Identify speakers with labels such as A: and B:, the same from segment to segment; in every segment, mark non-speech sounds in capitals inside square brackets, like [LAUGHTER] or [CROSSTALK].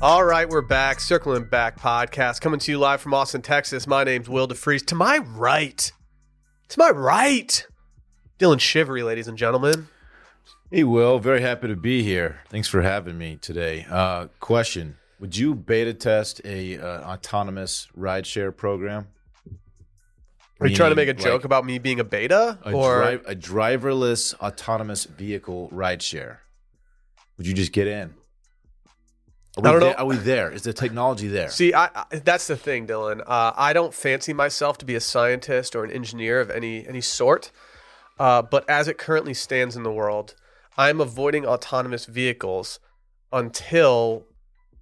A: All right, we're back. Circling Back podcast coming to you live from Austin, Texas. My name's Will DeFries. To my right, to my right, Dylan Shivery, ladies and gentlemen.
B: Hey, Will. Very happy to be here. Thanks for having me today. Uh, question: Would you beta test a uh, autonomous rideshare program?
A: Are you trying to make a
B: Meaning,
A: joke
B: like,
A: about me being a beta?
B: a,
A: or
B: dri- a driverless autonomous vehicle rideshare? Would you just get in? Are we
A: I don't
B: there-
A: know.
B: Are we there? Is the technology there?
A: see, I, I, that's the thing, Dylan. Uh, I don't fancy myself to be a scientist or an engineer of any any sort. Uh, but as it currently stands in the world, I'm avoiding autonomous vehicles until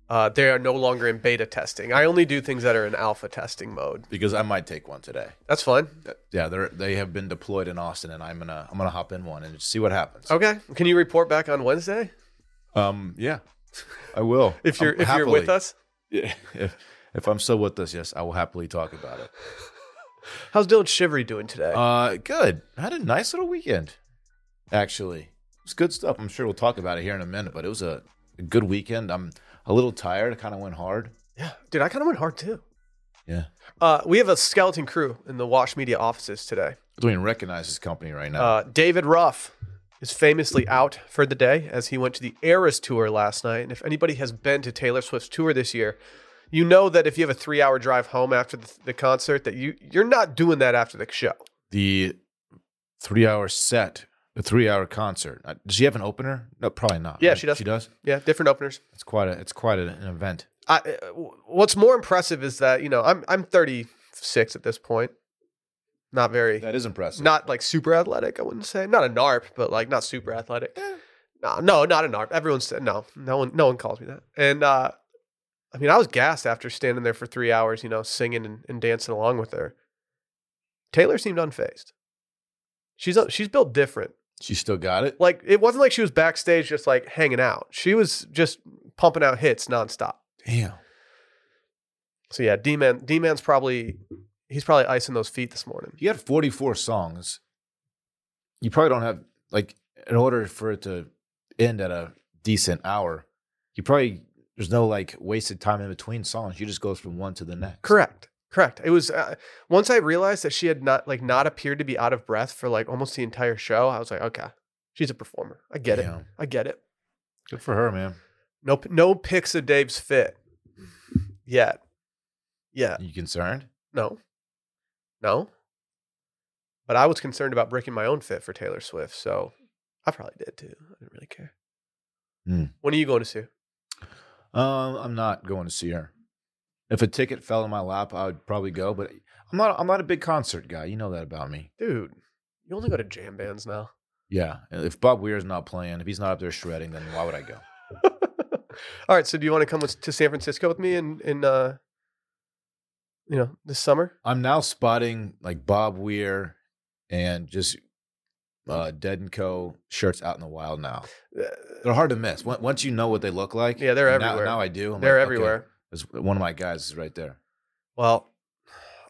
A: uh, they are no longer in beta testing. I only do things that are in alpha testing mode.
B: because I might take one today.
A: That's fine.
B: Yeah, they they have been deployed in Austin, and I'm gonna I'm gonna hop in one and see what happens.
A: Okay. Can you report back on Wednesday
B: Um, yeah, I will.
A: if you're
B: Um,
A: if you're with
B: happily.
A: us?
B: Yeah. [LAUGHS] If, if I'm still with us, yes, I will happily talk about it.
A: How's Dylan Shivery doing today?
B: Uh, good. I had a nice little weekend, actually. It's good stuff. I'm sure we'll talk about it here in a minute, but it was a, a good weekend. I'm a little tired. I kind of went hard.
A: yeah, dude, I kind of went hard too.
B: Yeah.
A: Uh, we have a skeleton crew in the Wash Media offices today.
B: I don't even recognize this company right now.
A: Uh, David Ruff is famously out for the day as he went to the Eras tour last night. And if anybody has been to Taylor Swift's tour this year, you know that if you have a three-hour drive home after the, the concert, that you you're not doing that after the show.
B: the three hour set, the three hour concert. Uh, Does she have an opener? No, probably not.
A: Yeah,
B: right?
A: she does.
B: She does.
A: Yeah, different openers.
B: It's quite a it's quite a- an event.
A: I, uh, what's more impressive is that you know I'm I'm 36 at this point, not very,
B: That is impressive.
A: not like super athletic. I wouldn't say not a narp, but like not super athletic. No, no, not a narp. Everyone said no, no one, no one calls me that. And uh, I mean, I was gassed after standing there for three hours, you know, singing and, and dancing along with her. Taylor seemed unfazed. She's she's built different.
B: She still got it.
A: Like it wasn't like she was backstage just like hanging out. She was just pumping out hits nonstop.
B: Damn.
A: So yeah, D man, D man's probably he's probably icing those feet this morning.
B: you had 44 songs you probably don't have like in order for it to end at a decent hour you probably there's no like wasted time in between songs you just go from one to the next
A: Correct, correct. It was uh, once I realized that she had not like not appeared to be out of breath for like almost the entire show. I was like, okay, she's a performer. I get it.
B: Damn.
A: I get it.
B: good for her man
A: No, no pics of Dave's fit yet. Yeah,
B: you concerned
A: no, no. But I was concerned about breaking my own fit for Taylor Swift, so I probably did too. I didn't really care.
B: Hmm.
A: When are you going to see? her?
B: um i'm not going to see her if a ticket fell in my lap i would probably go but i'm not i'm not a big concert guy you know that about me
A: Dude, you only go to jam bands now.
B: yeah if bob weir's not playing if he's not up there shredding then why would i go
A: [LAUGHS] All right, so do you want to come with, to San Francisco with me in in uh, you know this summer?
B: I'm now spotting like Bob Weir and just uh, Dead and Co. shirts out in the wild now.
A: Uh,
B: They're hard to miss Once- once you know what they look like.
A: Yeah, they're
B: and now-
A: everywhere.
B: Now, I do. I'm
A: They're
B: like, okay,
A: everywhere.
B: this- one of my guys is right there.
A: Well,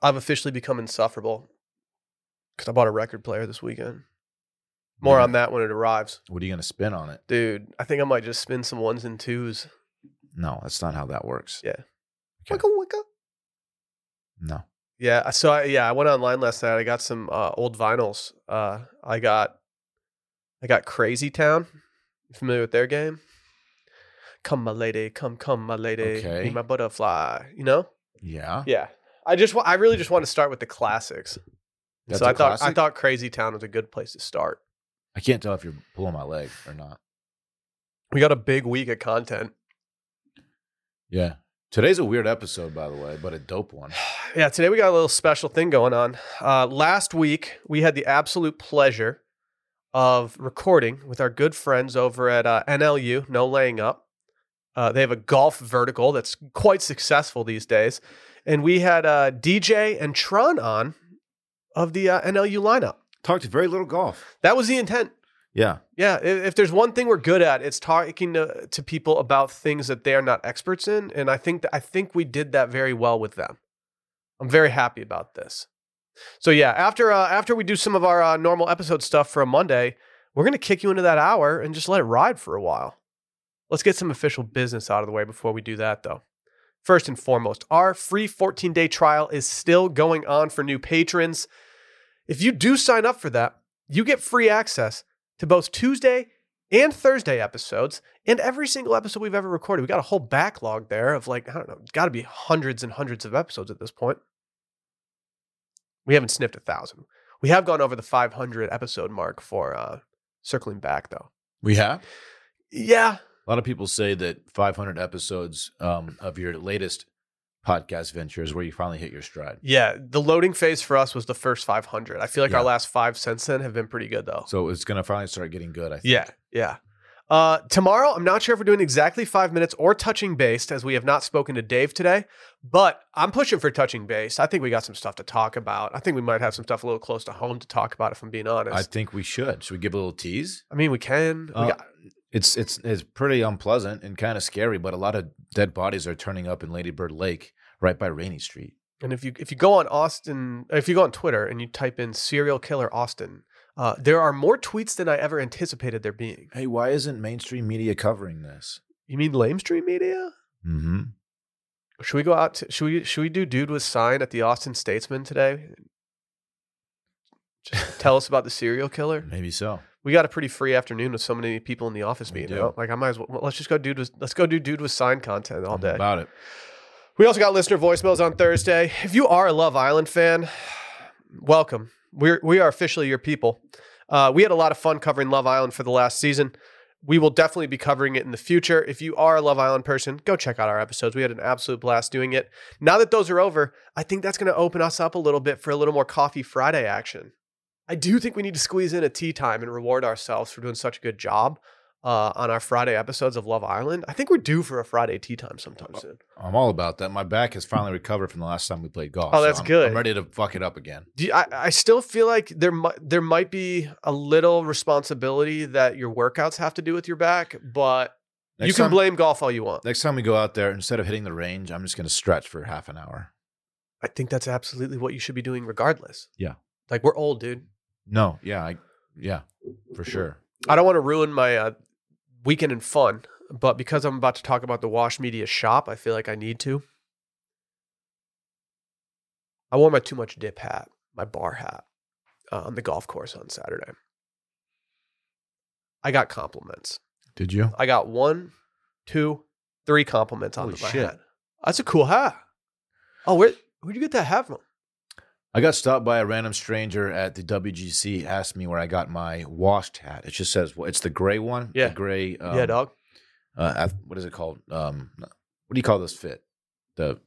A: I've officially become insufferable because I bought a record player this weekend. More
B: Yeah.
A: on that when it arrives,
B: What are you going to spin on it?
A: dude. I think I might just spin some ones and twos.
B: No, that's not how that works.
A: Yeah.
B: Okay.
A: Wicka wicka.
B: No.
A: Yeah, so I, yeah, I went online last night. I got some uh, old vinyls. Uh, I got, I got Crazy Town. You familiar with their game? Come, my lady, come, come, my lady, be
B: Okay. Ah.
A: my butterfly. You know?
B: Yeah.
A: Yeah. I just, wa- I really just want to start with the classics.
B: That's
A: so
B: a
A: I thought, I
B: classic?
A: thought Crazy Town was a good place to start.
B: I can't tell if you're pulling my leg or not.
A: We got a big week of content.
B: Yeah. Today's a weird episode, by the way, but a
A: [SIGHS]
B: dope one.
A: Yeah, today we got a little special thing going on. Uh, last week, we had the absolute pleasure of recording with our good friends over at uh, NLU, No Laying Up. Uh, they have a golf vertical that's quite successful these days. And we had uh, DJ and Tron on of the uh, NLU lineup.
B: Talked to very little golf.
A: That was the intent.
B: Yeah.
A: Yeah, i- if there's one thing we're good at, it's talking to, to people about things that they are not experts in, and I think that I think we did that very well with them. I'm very happy about this. So yeah, after uh, after we do some of our uh, normal episode stuff for a Monday, we're gonna kick you into that hour and just let it ride for a while. Let's get some official business out of the way before we do that, though. First and foremost, our free 14 day trial is still going on for new patrons. If you do sign up for that, you get free access to both Tuesday and Thursday episodes and every single episode we've ever recorded. We got a whole backlog there of like, I don't know, got to be hundreds and hundreds of episodes at this point. We haven't sniffed a thousand. We have gone over the 500 episode mark for uh, circling back, though.
B: We have
A: Yeah,
B: a lot of people say that 500 episodes um, of your latest podcast venture is where you finally hit your stride.
A: yeah. The loading phase for us was the first 500. I feel like
B: Yeah.
A: our last five since then have been pretty good, though.
B: So it's gonna finally start getting good. I think.
A: Yeah, yeah. Uh, tomorrow, I'm not sure if we're doing exactly five minutes or touching base, as we have not spoken to Dave today. But I'm pushing for touching base. I think we got some stuff to talk about. I think we might have some stuff a little close to home to talk about. If I'm being honest,
B: I think we should. Should we give a little tease?
A: I mean, we can.
B: Uh,
A: we got,
B: It's it's it's pretty unpleasant and kind of scary, but a lot of dead bodies are turning up in Lady Bird Lake, right by Rainy Street.
A: and if you if you go on Austin, if you go on Twitter and you type in serial killer Austin, uh, there are more tweets than I ever anticipated there being.
B: Hey, why isn't mainstream media covering this?
A: You mean lamestream media?
B: Mm-hmm.
A: Should we go out? To, should we should we do dude with sign at the Austin Statesman today? Just tell us about the serial killer.
B: Maybe so.
A: We got a pretty free afternoon with so many people in the office
B: We
A: being
B: do.
A: out. Like I might as well well, let's just go dude with let's go do dude with sign content all
B: I'm
A: day.
B: about it.
A: We also got listener voicemails on Thursday. If you are a Love Island fan, welcome. We're we are officially your people. Uh, we had a lot of fun covering Love Island for the last season. We will definitely be covering it in the future. If you are a Love Island person, go check out our episodes. We had an absolute blast doing it. Now that those are over, I think that's going to open us up a little bit for a little more Coffee Friday action. I do think we need to squeeze in a tea time and reward ourselves for doing such a good job uh, on our Friday episodes of Love Island. I think we're due for a Friday tea time sometime soon.
B: I'm all about that. My back has finally recovered from the last time we played golf.
A: Oh, that's
B: I'm-
A: good.
B: I'm ready to fuck it up again.
A: Do you, I, I still feel like there might there might be a little responsibility that your workouts have to do with your back, but you can
B: time,
A: blame golf all you want.
B: next time we go out there, instead of hitting the range, I'm just gonna stretch for half an hour.
A: I think that's absolutely what you should be doing, regardless.
B: Yeah.
A: like we're old, dude.
B: No, yeah, I, yeah, for sure.
A: I don't want to ruin my uh, weekend in fun, but because I'm about to talk about the Wash Media shop, I feel like I need to. I wore my too much dip hat, my bar hat, uh, on the golf course on Saturday. I got compliments.
B: Did you?
A: I got one, two, three compliments on
B: Holy
A: my
B: shit.
A: hat. That's a cool hat. Oh, where where'd you get that hat from?
B: I got stopped by a random stranger at the WGC. Asked me where I got my washed hat. It just says it's the gray one.
A: Yeah.
B: the gray. Um,
A: yeah, dog.
B: Uh, ath- what is it called? Um, what do you call this fit? The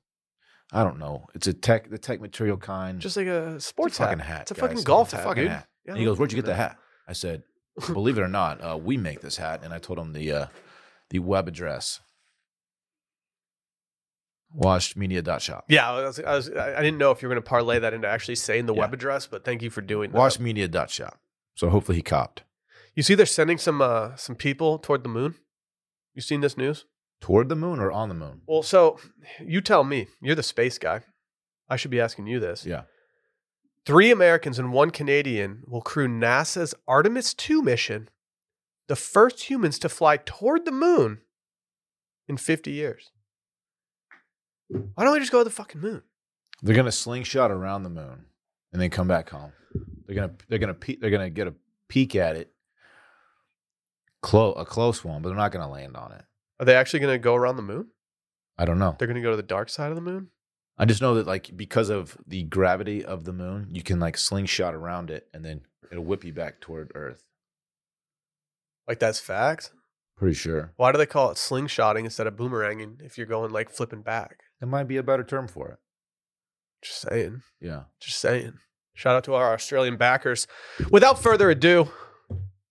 B: I don't know. It's a tech, the tech material kind.
A: Just like a sports
B: sports hmm. fucking
A: hat.
B: hat.
A: It's a
B: guys.
A: fucking golf
B: It's a
A: hat,
B: fucking
A: dude.
B: hat.
A: Yeah,
B: And he
A: I don't
B: goes, "Where'd you get the
A: fucking
B: hat?" I said, "Believe it or not, uh, we make this hat." And I told him the uh, the web address. Washedmedia.shop.
A: Yeah, I, was, I, was, I I didn't know if you were going to parlay that into actually saying the
B: Yeah.
A: web address, but thank you for doing that.
B: Washedmedia.shop. So hopefully he copped.
A: You see, they're sending some uh, some people toward the moon. You seen this news?
B: Toward the moon or on the moon?
A: Well, so you tell me. You're the space guy. I should be asking you this.
B: Yeah.
A: Three Americans and one Canadian will crew NASA's Artemis 2 mission, the first humans to fly toward the moon in 50 years. Why don't we just go to the fucking moon?
B: They're gonna slingshot around the moon and then come back home. They're gonna they're gonna pe- they're gonna get a peek at it, close a close one, but they're not gonna land on it.
A: Are they actually going to go around the moon?
B: I don't know.
A: They're going to go to the dark side of the moon?
B: I just know that like because of the gravity of the moon, you can like slingshot around it and then it'll whip you back toward Earth.
A: Like, that's fact.
B: Pretty sure.
A: Why do they call it slingshotting instead of boomeranging if you're going like flipping back?
B: That might be a better term for it.
A: Just saying.
B: Yeah.
A: Just saying. Shout out to our Australian backers. Without further ado,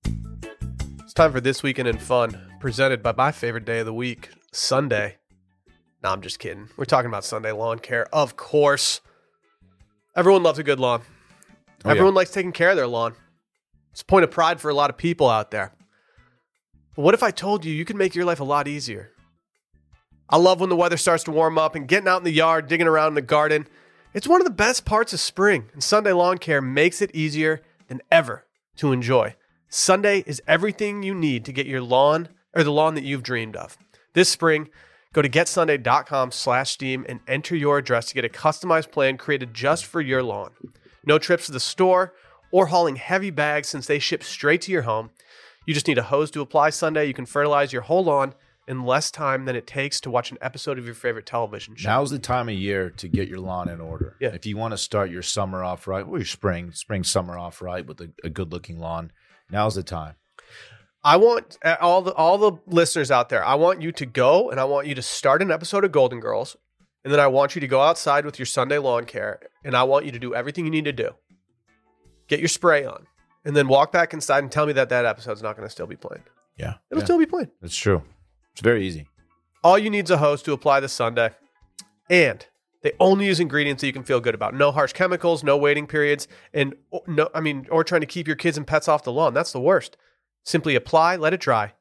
A: it's time for This Weekend in Fun, presented by my favorite day of the week, Sunday. No, I'm just kidding. We're talking about Sunday lawn care, of course. Everyone loves a good lawn.
B: Oh, yeah.
A: Everyone likes taking care of their lawn. It's a point of pride for a lot of people out there. But what if I told you you could make your life a lot easier? I love when the weather starts to warm up and getting out in the yard, digging around in the garden. It's one of the best parts of spring, and Sunday Lawn Care makes it easier than ever to enjoy. Sunday is everything you need to get your lawn, or the lawn that you've dreamed of. This spring, go to getsunday.com slash steam and enter your address to get a customized plan created just for your lawn. No trips to the store or hauling heavy bags since they ship straight to your home. You just need a hose to apply Sunday. You can fertilize your whole lawn in less time than it takes to watch an episode of your favorite television show.
B: Now's the time of year to get your lawn in order.
A: Yeah.
B: If you want to start your summer off right, or your spring, spring, summer off right with a, a good looking lawn, now's the time.
A: I want uh, all the all the listeners out there. I want you to go and I want you to start an episode of Golden Girls, and then I want you to go outside with your Sunday lawn care, and I want you to do everything you need to do. Get your spray on, and then walk back inside and tell me that that episode's not going to still be playing.
B: Yeah.
A: It'll still be playing.
B: That's true. It's very easy.
A: All you need is a hose to apply the Sunday, and they only use ingredients that you can feel good about. No harsh chemicals, no waiting periods, and o- no, I mean, or trying to keep your kids and pets off the lawn. That's the worst. Simply apply, let it dry,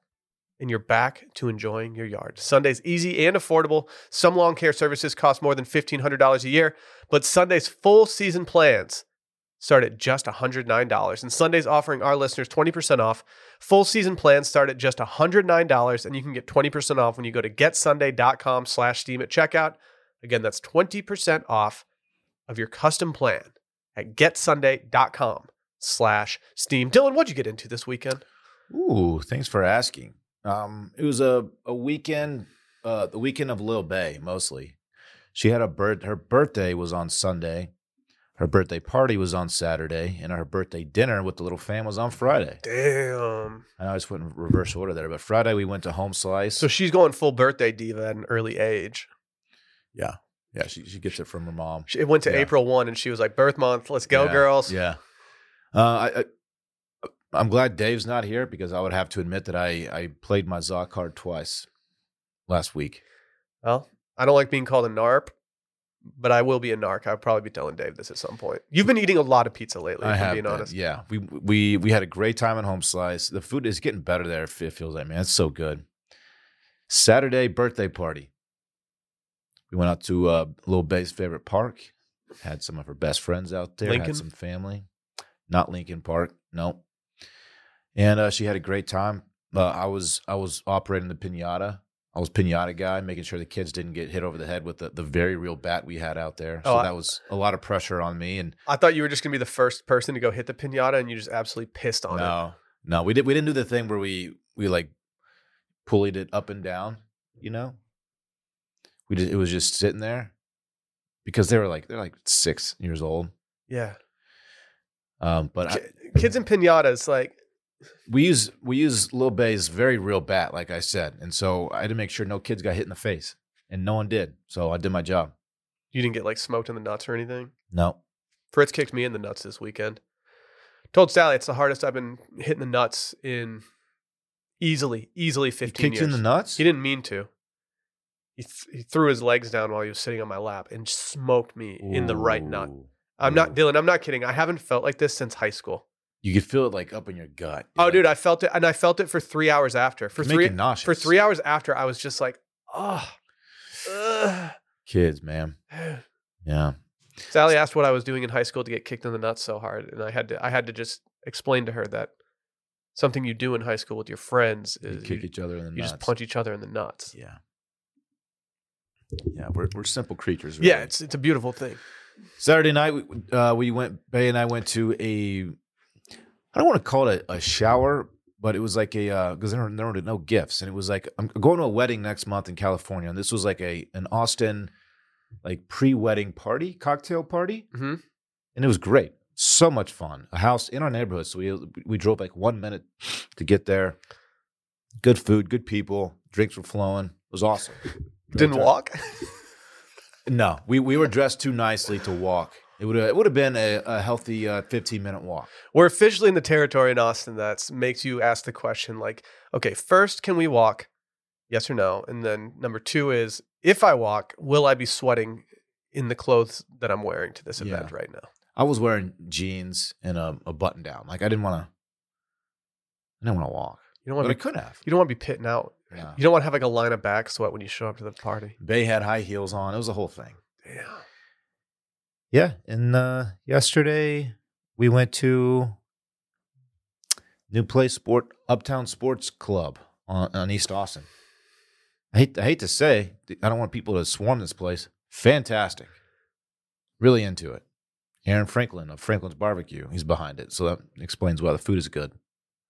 A: and you're back to enjoying your yard. Sunday's easy and affordable. Some lawn care services cost more than $1,500 a year, but Sunday's full season plans start at just $109. And Sunday's offering our listeners 20% off. Full season plans start at just $109, and you can get 20% off when you go to getsunday.com slash steam at checkout. Again, that's 20% off of your custom plan at getsunday.com slash steam. Dylan, what'd you get into this weekend?
B: Ooh, thanks for asking. Um, it was a, a weekend, uh, the weekend of Lil Bay mostly. She had a birth. Her birthday was on Sunday. Her birthday party was on Saturday, and her birthday dinner with the little fam was on Friday.
A: Damn.
B: I always went in reverse order there, but Friday we went to Home Slice.
A: So she's going full birthday diva at an early age.
B: yeah, she, she gets it from her mom.
A: She, it went to
B: Yeah.
A: April 1 and she was like, birth month, let's go,
B: Yeah,
A: girls.
B: Yeah. Uh, I, I, I'm glad Dave's not here because I would have to admit that I, I played my Zaw card twice last week.
A: Well, I don't like being called a NARP, but I will be a narc. I'll probably be telling Dave this at some point. You've been eating a lot of pizza lately,
B: I
A: if I'm
B: have
A: being
B: been,
A: honest.
B: Yeah, we we we had a great time at Home Slice. The food is getting better there. It feels like man, it's so good. Saturday birthday party. We went out to uh, Lil Bay's favorite park. Had some of her best friends out there.
A: Lincoln?
B: Had some family. Not Lincoln Park. Nope. And uh, she had a great time. Uh, I was I was operating the pinata. I was pinata guy, making sure the kids didn't get hit over the head with the, the very real bat we had out there. So
A: Oh, I-
B: that was a lot of pressure on me. And
A: I thought you were just going to be the first person to go hit the pinata and you just absolutely pissed on it.
B: no, no, we did. We didn't do the thing where we we like pulleyed it up and down. You know, we just, it was just sitting there because they were like they're like six years old.
A: Yeah.
B: Um, but I,
A: Ki- Kids and pinatas, like,
B: we use we use Lil Bay's very real bat, like I said, and so I had to make sure no kids got hit in the face, and no one did. So I did my job.
A: you didn't get like smoked in the nuts or anything.
B: No,
A: Fritz kicked me in the nuts this weekend. Told Sally it's the hardest I've been hitting the nuts in easily, easily
B: he
A: 15
B: kicked
A: years.
B: you in the nuts.
A: He didn't mean to. He, th- he threw his legs down while he was sitting on my lap and smoked me in the right nut.
B: Ooh.
A: I'm not,
B: Ooh.
A: Dylan, I'm not kidding. I haven't felt like this since high school.
B: You could feel it like up in your gut.
A: Oh, dude, I felt it. And I felt it for three hours after. For three,
B: nauseous.
A: for three hours after, I was just like,
B: [SIGHS]
A: oh,
B: kids, man. Yeah.
A: Sally asked what I was doing in high school to get kicked in the nuts so hard, and I had to I had to just explain to her that something you do in high school with your friends
B: You
A: is you,
B: kick each other in the
A: you
B: nuts.
A: just punch each other in the nuts.
B: Yeah. Yeah, we're we're simple creatures.
A: Yeah,
B: really.
A: it's it's a beautiful thing.
B: Saturday night. We, uh, we went. Bay and I went to a. I don't want to call it a, a shower, but it was like a because there were there were no gifts, and it was like I'm going to a wedding next month in California, and this was like a an Austin, like pre wedding party cocktail party,
A: Mhm.
B: and it was great. So much fun. A house in our neighborhood, so we we drove like one minute to get there. Good food, good people, drinks were flowing. It was awesome.
A: Didn't
B: Great time.
A: walk. [LAUGHS]
B: No, we, we were dressed too nicely to walk. It would it would have been a, a healthy uh, fifteen minute walk.
A: We're officially in the territory in Austin that makes you ask the question like, okay, first can we walk? Yes or no? And then number two is if I walk, will I be sweating in the clothes that I'm wearing to this event right now?
B: I was wearing jeans and a, a button down. Like I didn't want to. I didn't want to walk,
A: You don't
B: but
A: want
B: I
A: to be,
B: could have.
A: you don't want to be pitting out.
B: Yeah.
A: You don't want to have like a line of back sweat when you show up to the party.
B: Bay had high heels on. It was a whole thing.
A: Yeah.
B: Yeah, and uh, yesterday we went to New Play Sport Uptown Sports Club on, on East Austin. I hate, I hate to say, I don't want people to swarm this place. Fantastic. Really into it. Aaron Franklin of Franklin's Barbecue, he's behind it. So that explains why the food is good.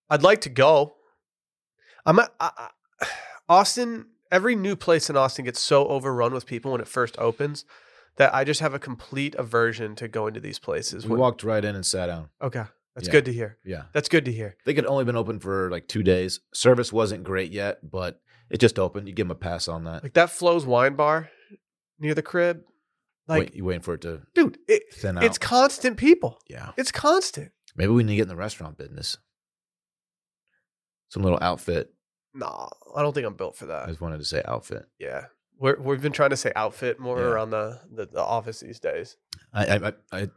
A: I'd like to go. I'm a, I, I- [SIGHS] Austin. Every new place in Austin gets so overrun with people when it first opens that I just have a complete aversion to going to these places.
B: We
A: When-
B: walked right in and sat down.
A: okay, that's
B: Yeah.
A: good to hear.
B: Yeah.
A: That's good to hear.
B: They could only been open for like two days. Service wasn't great yet, but it just opened. You give them a pass on that.
A: Like that Flo's Wine Bar near the crib. Like,
B: Wait, you waiting for it to
A: dude, it,
B: thin out.
A: it's constant people.
B: yeah.
A: It's constant.
B: Maybe we need to get in the restaurant business. Some little outfit.
A: Nah, I don't think I'm built for
B: I
A: that.
B: just wanted to say outfit.
A: Yeah, We're, we've been trying to say outfit more
B: Yeah.
A: around the, the the office these days.
B: I, I, I, I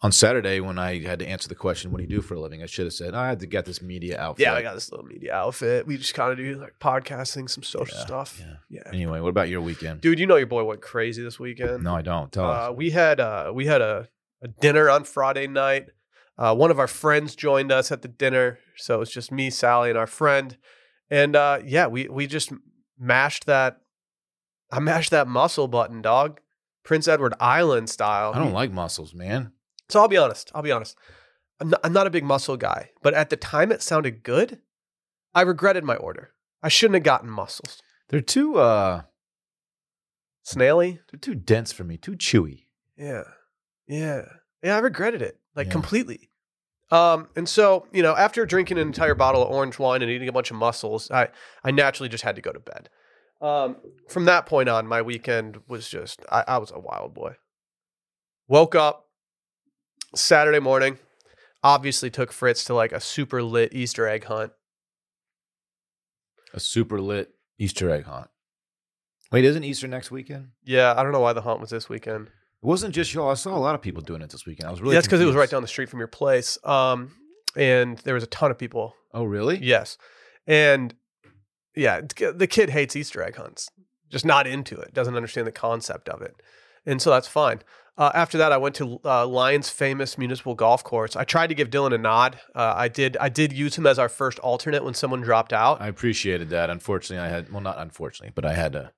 B: on Saturday when I had to answer the question, "What do you do for a living?" I should have said, "I had to get this media outfit."
A: Yeah, I got this little media outfit. We just kind of do like podcasting, some social
B: Yeah,
A: stuff.
B: yeah.
A: Yeah.
B: Anyway, what about your weekend?
A: Dude, you know your boy went crazy this weekend.
B: no, I don't. Tell
A: Uh,
B: us.
A: we had uh, we had a, a dinner on Friday night. Uh, one of our friends joined us at the dinner, so it was just me, Sally, and our friend. And uh, yeah, we we just mashed that. I mashed that muscle button, dog. Prince Edward Island style.
B: I don't like muscles, man.
A: So I'll be honest. I'll be honest. I'm not, I'm not a big muscle guy, but at the time it sounded good. I regretted my order. I shouldn't have gotten mussels.
B: They're too, uh,
A: Snaily?
B: they're too dense for me. Too chewy.
A: Yeah. Yeah. Yeah, I regretted it like
B: Yeah.
A: completely. Um, and so, you know, after drinking an entire bottle of orange wine and eating a bunch of mussels, I, I naturally just had to go to bed. Um, from that point on, my weekend was just, I, I was a wild boy. Woke up Saturday morning, obviously took Fritz to like a super lit Easter egg hunt.
B: A super lit Easter egg hunt. Wait, isn't Easter next weekend?
A: Yeah, I don't know why the hunt was this weekend.
B: It wasn't just y'all. I saw a lot of people doing it this weekend. I was really.
A: Yeah, that's because it was right
B: confused.
A: down the street from your place. Um, and there was a ton of people
B: Oh, really?
A: Yes. And yeah, t- the kid hates Easter egg hunts, just not into it, doesn't understand the concept of it. And so that's fine. Uh, after that, I went to uh, Lyons' famous municipal golf course. I tried to give Dylan a nod. Uh, I did. I did use him as our first alternate when someone dropped out.
B: I appreciated that. Unfortunately, I had well, not unfortunately, but I had a,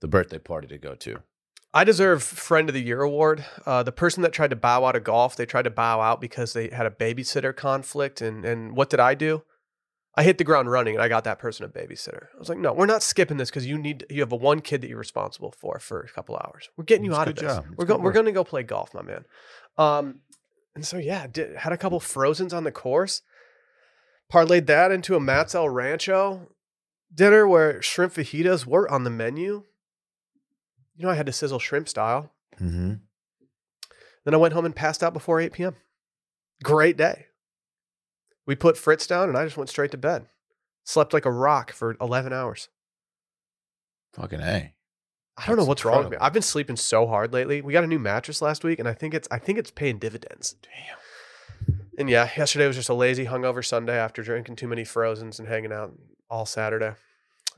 B: the birthday party to go to.
A: I deserve Friend of the Year award. Uh, the person that tried to bow out of golf, they tried to bow out because they had a babysitter conflict. And and what did I do? I hit the ground running, and I got that person a babysitter. I was like, no, we're not skipping this because you need you have a one kid that you're responsible for for a couple hours. We're getting you
B: It's
A: out of
B: good
A: this.
B: job. It's
A: We're
B: good
A: going we're
B: work.
A: going to go play golf, my man. Um, and so yeah, did, had a couple frozens on the course. Parlayed that into a Matt's El Rancho dinner where shrimp fajitas were on the menu. You know, I had to sizzle shrimp style.
B: Mm-hmm.
A: Then I went home and passed out before 8 p.m. Great day. We put Fritz down and I just went straight to bed. Slept like a rock for 11 hours.
B: Fucking a.
A: I don't know
B: That's
A: what's wrong with me.
B: incredible.
A: I've been sleeping so hard lately. We got a new mattress last week and I think it's I think it's paying dividends. Damn. And yeah, yesterday was just a lazy hungover Sunday after drinking too many frozens and hanging out all Saturday.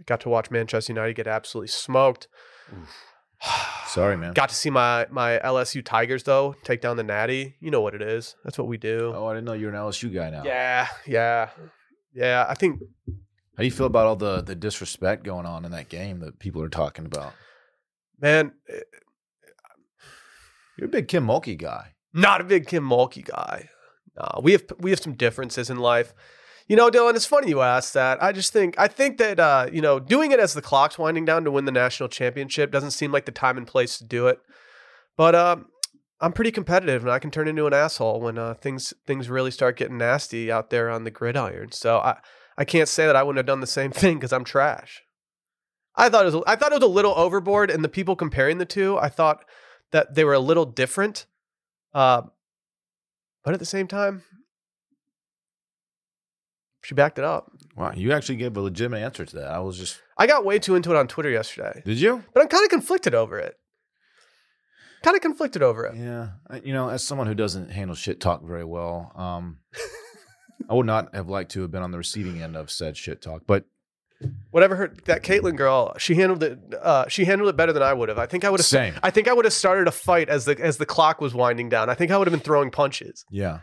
A: Got to watch Manchester United get absolutely smoked. [SIGHS]
B: [SIGHS] Sorry, man.
A: Got to see my my LSU Tigers though take down the Natty. You know what it is. That's what we do.
B: Oh, I didn't know you were an LSU guy now.
A: Yeah, yeah, yeah. I think
B: How do you feel about all the the disrespect going on in that game that people are talking about?
A: man, eh,
B: You're a big Kim Mulkey guy.
A: not a big Kim Mulkey guy. No, we have we have some differences in life. You know, Dylan, it's funny you asked that. I just think I think that uh, you know, doing it as the clock's winding down to win the national championship doesn't seem like the time and place to do it. But um, I'm pretty competitive, and I can turn into an asshole when uh, things things really start getting nasty out there on the gridiron. So I I can't say that I wouldn't have done the same [LAUGHS] thing because I'm trash. I thought it was I thought it was a little overboard, and the people comparing the two, I thought that they were a little different. Uh, but at the same time, she backed it up.
B: Wow, you actually gave a legitimate answer to that. I was just.
A: I got way too into it on Twitter yesterday,
B: Did you?
A: but I'm kind of conflicted over it. Kind of conflicted over it.
B: Yeah, I- you know, as someone who doesn't handle shit talk very well, [LAUGHS] um, I would not have liked to have been on the receiving end of said shit talk. But
A: Whatever her that Caitlyn girl, she handled it. Uh, she handled it better than I would have. I think I would have.
B: same.
A: I think I would have started a fight as the as the clock was winding down. I think I would have been throwing punches.
B: Yeah,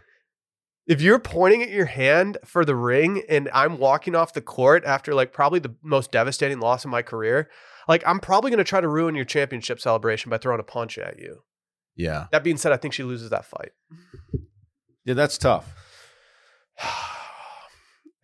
A: If you're pointing at your hand for the ring and I'm walking off the court after like probably the most devastating loss in my career, like I'm probably going to try to ruin your championship celebration by throwing a punch at you.
B: Yeah.
A: That being said, I think she loses that fight. [SIGHS]
B: Yeah, that's tough.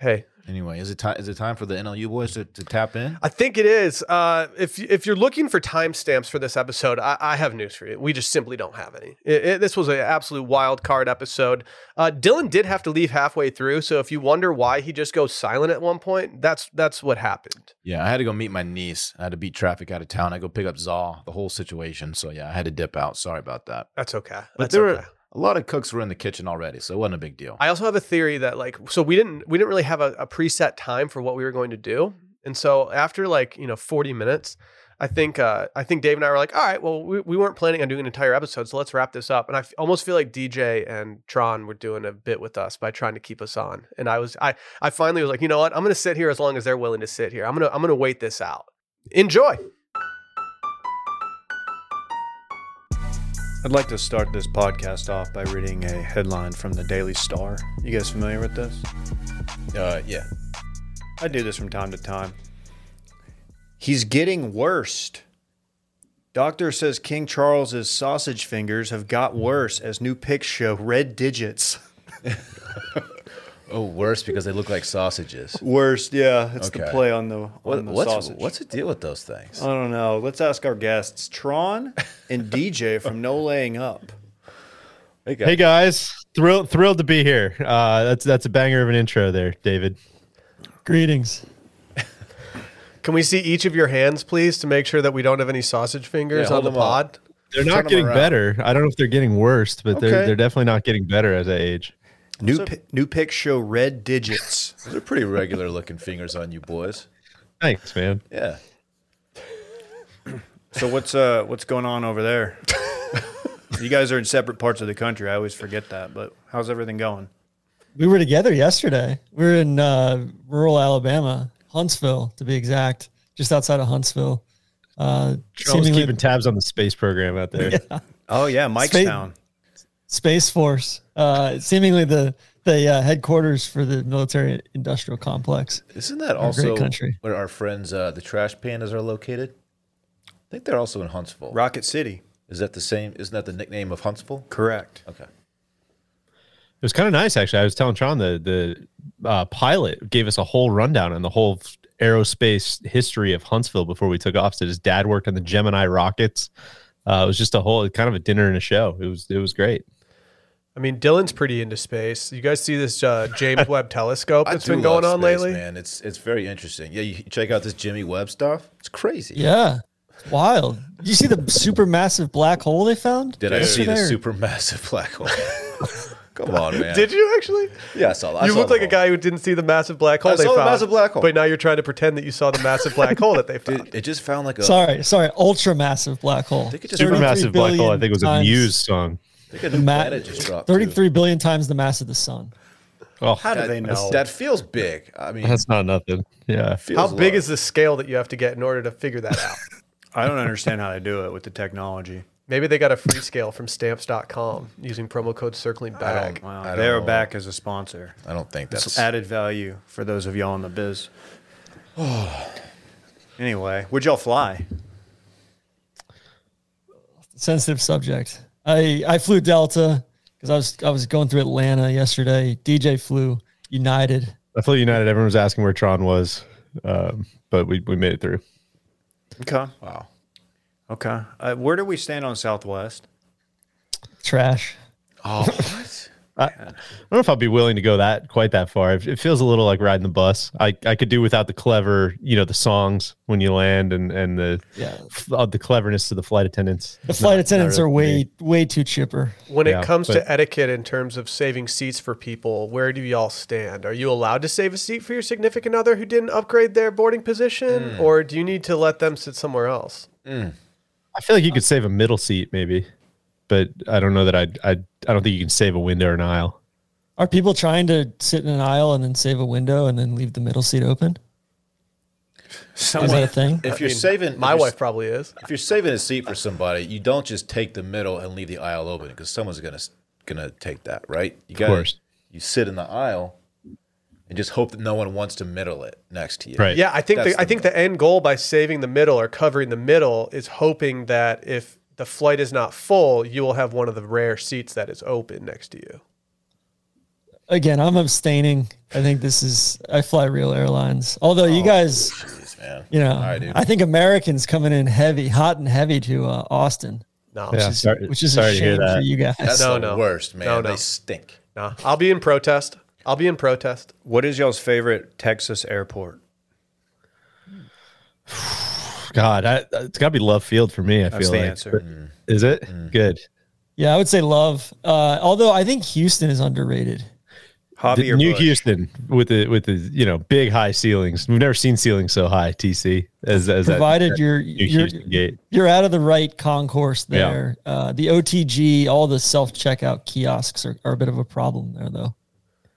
A: hey,
B: Anyway, is it time? Is it time for the NLU boys to, to tap in?
A: I think it is. Uh, if if you're looking for timestamps for this episode, I, I have news for you. We just simply don't have any. It- it- this was an absolute wild card episode. Uh, Dylan did have to leave halfway through, so if you wonder why he just goes silent at one point, that's that's what happened.
B: Yeah, I had to go meet my niece. I had to beat traffic out of town. I go pick up Zaw. The whole situation. So yeah, I had to dip out. Sorry about that.
A: That's okay.
B: But
A: That's
B: there
A: okay.
B: were a lot of cooks were in the kitchen already, so it wasn't a big deal.
A: I also have a theory that like so we didn't we didn't really have a, a preset time for what we were going to do, and so after like you know 40 minutes, I think uh, I think Dave and I were like, all right, well we, we weren't planning on doing an entire episode, so let's wrap this up. And I f- almost feel like DJ and Tron were doing a bit with us by trying to keep us on, and I was I I finally was like, you know what, I'm gonna sit here as long as they're willing to sit here. I'm gonna I'm gonna wait this out. Enjoy.
C: I'd like to start this podcast off by reading a headline from the Daily Star. You guys familiar with this?
B: Uh, yeah.
C: I do this from time to time. He's getting worst. Doctor says King Charles's sausage fingers have got worse as new pics show red digits.
B: Oh, worse because they look like sausages.
C: Worst, yeah. It's the
B: Okay.
C: play on the, on
B: What,
C: the
B: what's
C: sausage. Oh.
B: what's the deal with those things?
C: I don't know. Let's ask our guests, Tron and DJ from No Laying Up.
B: Hey guys,
D: Hey guys, thrilled thrilled to be here. Uh, that's that's a banger of an intro there, David.
E: Greetings.
A: Can we see each of your hands, please, to make sure that we don't have any sausage fingers
B: Yeah,
A: on
B: hold
A: the
B: them up.
A: pod?
D: They're
B: Turn
D: not
B: them
D: getting
B: around.
D: better. I don't know if they're getting worse, but
C: Okay.
D: they're they're definitely not getting better as I age.
C: New, pi- new pics show red digits.
B: they're pretty regular looking fingers on you boys.
D: Thanks, man.
B: Yeah.
C: So what's uh what's going on over [LAUGHS] there? you guys are in separate parts of the country. I always forget that. But how's everything going?
E: We were together yesterday. We were in uh, rural Alabama, Huntsville to be exact, just outside of Huntsville. Uh,
D: Charles
E: seemingly
D: keeping tabs on the space program out there.
C: Oh yeah, Mike's
E: Spa-
C: town.
E: Space Force, uh, seemingly the the uh, headquarters for the military industrial complex.
B: Isn't that
E: a great
B: also
E: country.
B: where our friends uh, the trash pandas are located? I think they're also in Huntsville.
C: Rocket City.
B: Is that the same? Isn't that the nickname of Huntsville?
C: Correct.
B: Okay.
D: It was kind of nice actually. I was telling Tron the the uh, pilot gave us a whole rundown on the whole aerospace history of Huntsville before we took off. So his dad worked on the Gemini rockets. Uh, it was just a whole kind of a dinner and a show. It was it was great.
A: I mean, Dylan's pretty into space. You guys see this uh,
B: [LAUGHS]
A: James Webb telescope
B: I
A: that's
B: do
A: been going
B: love
A: on
B: space,
A: lately?
B: man. It's it's very interesting. Yeah, you check out this Jimmy Webb stuff. It's crazy.
E: Yeah, it's wild. You see the super massive black hole they found?
B: Did I see the
E: Yesterday?
B: super massive black
A: [LAUGHS]
B: hole? Come on, man.
A: Did you actually?
B: Yeah, I saw. I
A: you
B: saw
A: look
B: the
A: like a
B: hole.
A: guy who didn't see the massive black hole
B: I
A: they
B: saw the
A: found,
B: massive black hole.
A: But now you're trying to pretend that you saw the massive black hole that they found.
B: [LAUGHS] Dude, it just found like a.
E: Sorry, sorry, ultra massive black hole.
B: They could just-
D: Super
E: 33
D: massive black hole. I
E: billion
D: think it was a
E: times-
D: Muse song.
B: Like a new
E: Ma-
B: planet just dropped. too.
E: 33 billion times the mass of the sun.
D: Oh,
C: How do
B: That-
C: they know?
B: That feels big. I mean,
D: [LAUGHS] that's not nothing. Yeah.
B: feels
A: How big
B: large.
A: is the scale that you have to get in order to figure that
B: [LAUGHS]
A: out?
C: I don't understand how they do it with the technology.
A: Maybe they got a free scale from stamps.com using promo code circling back.
C: Wow.
B: I
C: They are
B: don't-
C: back as a sponsor.
B: I don't think
C: That's
B: that's.
C: added value for those of y'all in the biz. [SIGHS] anyway, would y'all fly?
E: sensitive subject. I I flew Delta because I was I was going through Atlanta yesterday. DJ flew United.
D: I flew United. Everyone was asking where Tron was, um, but we, we made it through.
C: Okay.
B: wow.
C: Okay. Uh, where do we stand on Southwest?
E: Trash.
B: Oh, what?
D: I don't know if I'll be willing to go that quite that far. It, it feels a little like riding the bus. I, I could do without the clever, you know, the songs when you land and and the
E: Yeah.
D: f- uh, the cleverness of the flight attendants.
E: The flight attendants are way way too chipper.
A: When
D: Yeah,
A: it comes
D: but-
A: to etiquette in terms of saving seats for people, where do y'all stand? Are you allowed to save a seat for your significant other who didn't upgrade their boarding position?
B: Hmm.
A: Or do you need to let them sit somewhere else?
D: I feel like you could save a middle seat maybe, but I don't know that I I I don't think you can save a window or an aisle.
E: Are people trying to sit in an aisle and then save a window and then leave the middle seat open? Is that a
C: Someone,
E: thing?
B: If you're
A: mean,
B: saving,
A: My
B: if you're-
A: wife probably is.
B: If you're saving a seat for somebody, you don't just take the middle and leave the aisle open because someone's gonna gonna take that, right? You gotta,
D: course.
B: you sit in the aisle and just hope that no one wants to middle it next to you.
D: Right.
A: Yeah, I think
B: That's
A: the, I
B: the
A: think the end goal by saving the middle or covering the middle is hoping that if the flight is not full, you will have one of the rare seats that is open next to you.
E: Again, I'm abstaining. I think this is I fly real airlines. Although you guys,
B: Jeez, man.
E: you know,
B: right, dude.
E: I think Americans coming in heavy, hot and heavy to uh, Austin,
A: No,
D: Yeah.
E: which is,
D: Sorry-
E: which is
D: sorry
E: a
D: to hear
E: shame for
D: that.
E: you guys.
B: That's
A: No,
B: the
A: no.
B: worst, man.
A: No, no.
B: They stink.
A: no, I'll be in protest. I'll be in protest.
C: What is y'all's favorite Texas airport?
D: God, I, it's got to be Love Field for me. I
C: That's
D: feel
C: the
D: like
C: answer. Mm-hmm.
D: is it good?
E: Yeah, I would say love. Uh, although I think Houston is underrated.
C: Hobby
D: The
C: or
D: New
C: Bush?
D: Houston with the with the you know big high ceilings. We've never seen ceilings so high. TC as as that-
E: Provided
D: that
E: you're
D: New
E: you're
D: Houston gate.
E: you're out of the right concourse
D: Yeah.
E: there. Uh, the OTG, all the self checkout kiosks are, are a bit of a problem there though.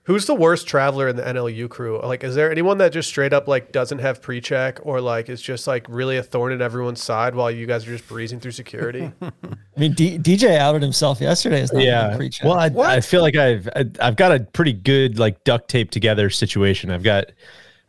A: Who's the worst traveler in the NLU crew? Like, is there anyone that just straight up like doesn't have pre-check or like is just like really a thorn in everyone's side while you guys are just breezing through
B: [LAUGHS]
A: security?
E: I mean, D- DJ outed himself yesterday as not yeah.
D: Yeah.
E: pre-check.
D: Well, I, I feel like I've I, I've got a pretty good like duct tape together situation. I've got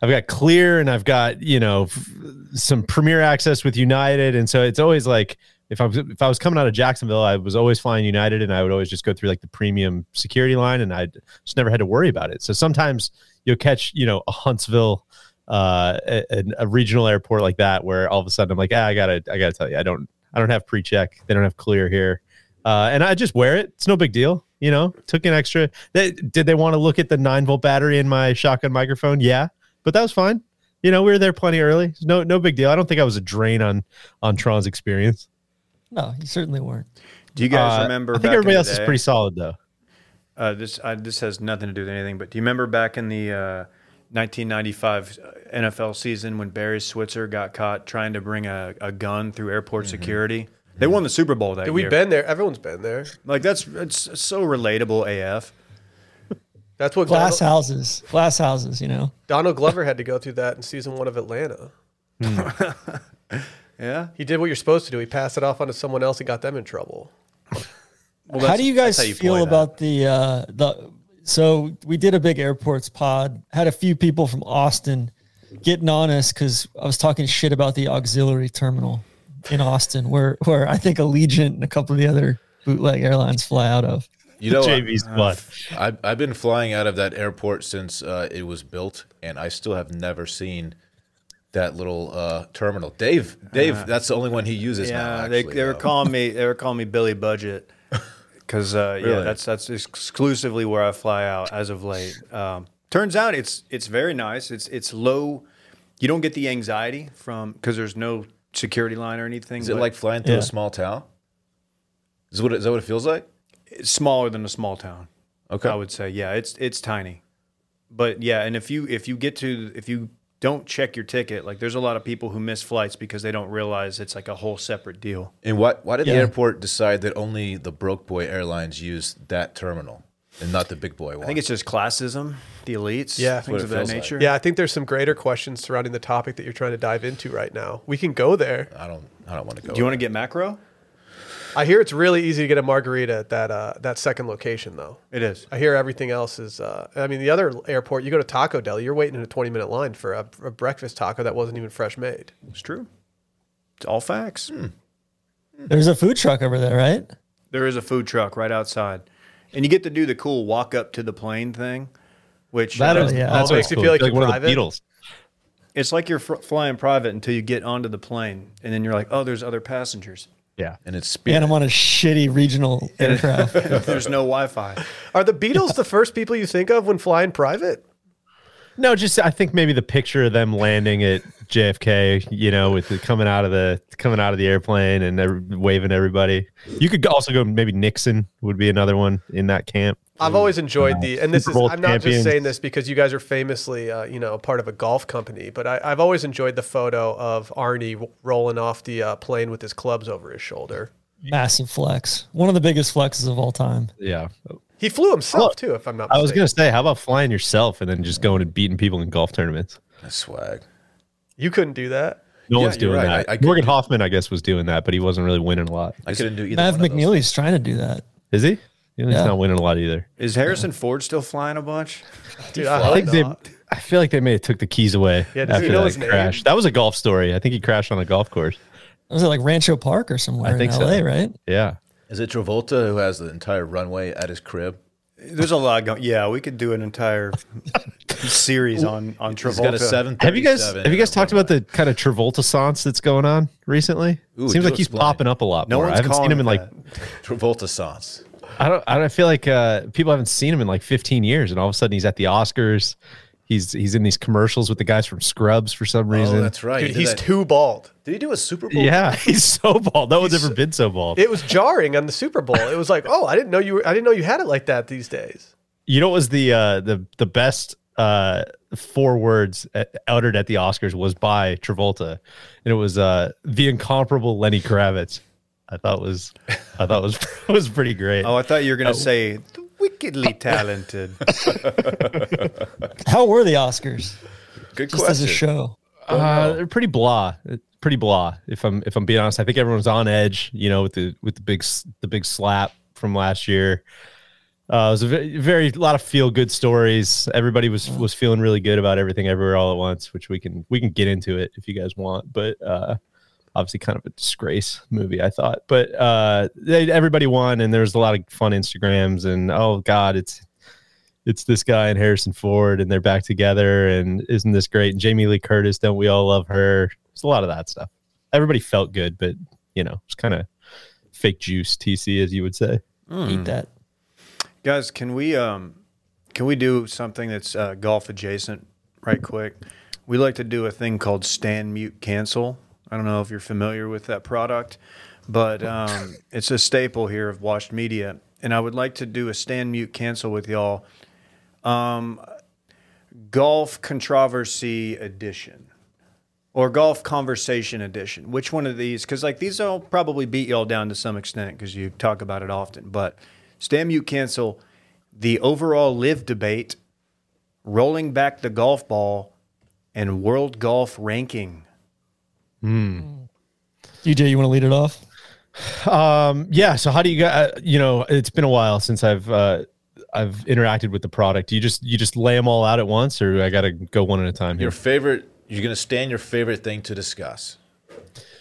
D: I've got clear and I've got you know f- some premier access with United, and so it's always like if I was if I was coming out of Jacksonville, I was always flying United, and I would always just go through like the premium security line, and I just never had to worry about it. So sometimes you'll catch you know a Huntsville. Uh, a, a- a regional airport like that, where all of a sudden I'm like, ah, I gotta, I gotta tell you, I don't, I don't have pre-check. They don't have clear here uh, and I just wear it. It's no big deal. You know, took an extra. They, did they want to look at the nine volt battery in my shotgun microphone? Yeah, but that was fine. You know, we were there plenty early. It's No, no big deal. I don't think I was a drain on on Tron's experience.
E: no, you certainly weren't.
C: Do you guys
D: Uh,
C: remember?
D: I
C: back
D: think
C: in
D: everybody
C: the
D: else is
C: day-
D: pretty solid though.
C: Uh, this I, this has nothing to do with anything, but do you remember back in the uh, 1995 NFL season when Barry Switzer got caught trying to bring a, a gun through airport security? Mm-hmm. They won the Super Bowl that
A: Dude, we've
C: year.
A: been there. Everyone's been there.
C: Like that's it's so relatable AF.
A: That's what
E: Glass
A: Donald,
E: houses, glass houses. You know,
A: Donald Glover had to go through that in season one of Atlanta.
C: Yeah.
A: He did what you're supposed to do. He passed it off onto someone else and got them in trouble.
E: how do you guys
C: how you
E: feel
C: play that.
E: about the uh, the? So we did a big airports pod. Had a few people from Austin getting on us because I was talking shit about the auxiliary terminal in Austin, where where I think Allegiant and a couple of the other bootleg airlines fly out of.
B: You
D: [LAUGHS]
B: know,
D: JV's blood.
B: I, I've been flying out of that airport since uh, it was built, and I still have never seen that little uh, terminal. Dave, Dave, that's the only one he uses now.
C: Yeah,
B: Actually,
C: they, they were
B: though.
C: calling me they were calling me Billy [LAUGHS] Budget because uh, yeah,
B: Really?
C: that's that's exclusively where I fly out as of late. Um, turns out it's it's very nice. It's it's low. You don't get the anxiety from because there's no security line or anything.
B: Is it
C: but
B: like flying through
E: Yeah.
B: a small town? Is what is that what it feels like?
C: it's smaller than a small town?
B: Okay.
C: I would say yeah, it's it's tiny, but yeah, and if you if you get to if you don't check your ticket, like there's a lot of people who miss flights because they don't realize it's like a whole separate deal.
B: And why why did
E: Yeah.
B: the airport decide that only the broke boy airlines use that terminal and not the big boy one?
C: I think it's just classism, the elites,
A: Yeah. That's what
C: things
B: it
C: of that
B: feels like.
C: nature.
A: Yeah, I think there's some greater questions surrounding the topic that you're trying to dive into right now. We can go there.
B: I don't I don't want to go.
C: Do you want to get macro?
A: I hear it's really easy to get a margarita at that uh, that second location though.
C: It is.
A: I hear everything else is. Uh, I mean, the other airport, you go to Taco Del, you're waiting in a 20 minute line for a, a breakfast taco that wasn't even fresh made.
C: It's true. It's all facts.
E: There's a food truck over there, right?
C: There is a food truck right outside, and you get to do the cool walk up to the plane thing, which
D: That
C: uh,
D: is,
E: yeah.
D: that's
A: Oh, makes
D: what makes
A: you feel
D: cool. feel
A: like
D: like, like
A: you're
D: one of the
A: private?
D: Beatles.
C: it's like you're fr- flying private until you get onto the plane, and then you're like, oh, there's other passengers.
D: Yeah,
B: And it's spirit.
E: And I'm on a shitty regional aircraft.
C: there's no Wi-Fi.
A: Are the Beatles the first people you think of when flying private?
D: no, just I think maybe the picture of them landing at JFK, you know, with the, coming out of the coming out of the airplane and every, waving everybody. You could also go maybe Nixon would be another one in that camp.
A: I've always enjoyed the, and this
D: Super
A: is,
D: Bowl
A: I'm not just
D: champions.
A: saying this because you guys are famously, uh, you know, part of a golf company, but I, I've always enjoyed the photo of Arnie w- rolling off the uh, plane with his clubs over his shoulder.
E: Massive flex. One of the biggest flexes of all time.
D: Yeah,
A: He flew himself too, if I'm not.
D: I was
A: mistaken.
D: gonna say, how about flying yourself and then just going and beating people in golf tournaments?
B: That's swag.
A: You couldn't do that.
D: No
B: Yeah,
D: one's
B: you're
D: doing
B: right.
D: that.
B: I- I
D: Morgan Hoffman, I guess, was doing that, but he wasn't really winning a lot.
B: I couldn't do either.
E: Mav
B: one of those.
E: McNeely's trying to do that.
D: Is he? You know, he's
E: Yeah.
D: not winning a lot either.
C: Is Harrison Ford still flying a bunch?
A: Dude, I
D: I
A: hope
D: think they.
A: not.
D: I feel like they may have took the keys away
A: Yeah, does he
D: after
A: know his
D: that
A: name?
D: crash. That was a golf story. I think he crashed on a golf course.
E: Was it like Rancho Park or somewhere
D: I think
E: in
D: so.
E: LA, right?
D: Yeah.
B: Is it Travolta who has the entire runway at his crib?
C: There's a lot going. Yeah, we could do an entire series on on Travolta.
B: He's got a seven.
D: Have you guys have you guys talked about the kind of Travolta sance that's going on recently?
B: Ooh,
D: Seems
B: do
D: like he's
B: explain.
D: popping up a lot
C: No
D: more.
C: one's
D: I haven't seen
C: calling
D: him in
C: it
D: like
C: that.
B: Travolta sauce?
D: I don't I don't I feel like uh people haven't seen him in like 15 years and all of a sudden he's at the Oscars. He's he's in these commercials with the guys from Scrubs for some
B: Oh,
D: reason.
B: that's right.
A: Dude,
B: He did
A: he's
B: that-
A: too bald.
B: Did he do a Super Bowl?
D: yeah, [LAUGHS] he's so bald. No one's ever been so bald.
A: It was jarring on the Super Bowl. It was like, oh, I didn't know you. Were, I didn't know you had it like that these days.
D: you know what was the uh the the best uh four words uh, uttered at the Oscars was by Travolta, and it was uh the incomparable Lenny Kravitz. I thought was I thought was [LAUGHS] was pretty great.
C: Oh, I thought you were gonna say the wickedly talented.
E: How were the Oscars?
B: Good
E: Just as a
B: question.
E: show.
D: Uh, they're pretty blah, uh, pretty blah. If I'm if I'm being honest, I think everyone's on edge. You know, with the with the big s- the big slap from last year. Uh, it was a very, very lot of feel good stories. Everybody was was feeling really good about everything everywhere all at once, which we can we can get into it if you guys want. But uh, obviously, kind of a disgrace movie, I thought. But uh, they, everybody won, and there's a lot of fun Instagrams and oh god, it's it's this guy and Harrison Ford and they're back together and isn't this great? And Jamie Lee Curtis, don't we all love her? It's a lot of that stuff. Everybody felt good, but you know, it's kind of fake juice, TC, as you would say.
E: Eat that.
C: Guys, can we um can we do something that's uh, golf adjacent right quick? We like to do a thing called stand mute cancel. I don't know if you're familiar with that product, but um, it's a staple here of Washed Media, and I would like to do a stand mute cancel with y'all. Um, golf controversy edition or golf conversation edition. Which one of these? Because like these will probably beat y'all down to some extent because you talk about it often. But Stam, you cancel the overall live debate, rolling back the golf ball, and world golf ranking.
E: UJ, you want to lead it off?
D: Um, yeah. So how do you guys? You know, it's been a while since I've uh, I've interacted with the product. Do you just you just lay them all out at once, or do I got to go one at a time here?
B: Your favorite. You're gonna stand your favorite thing to discuss.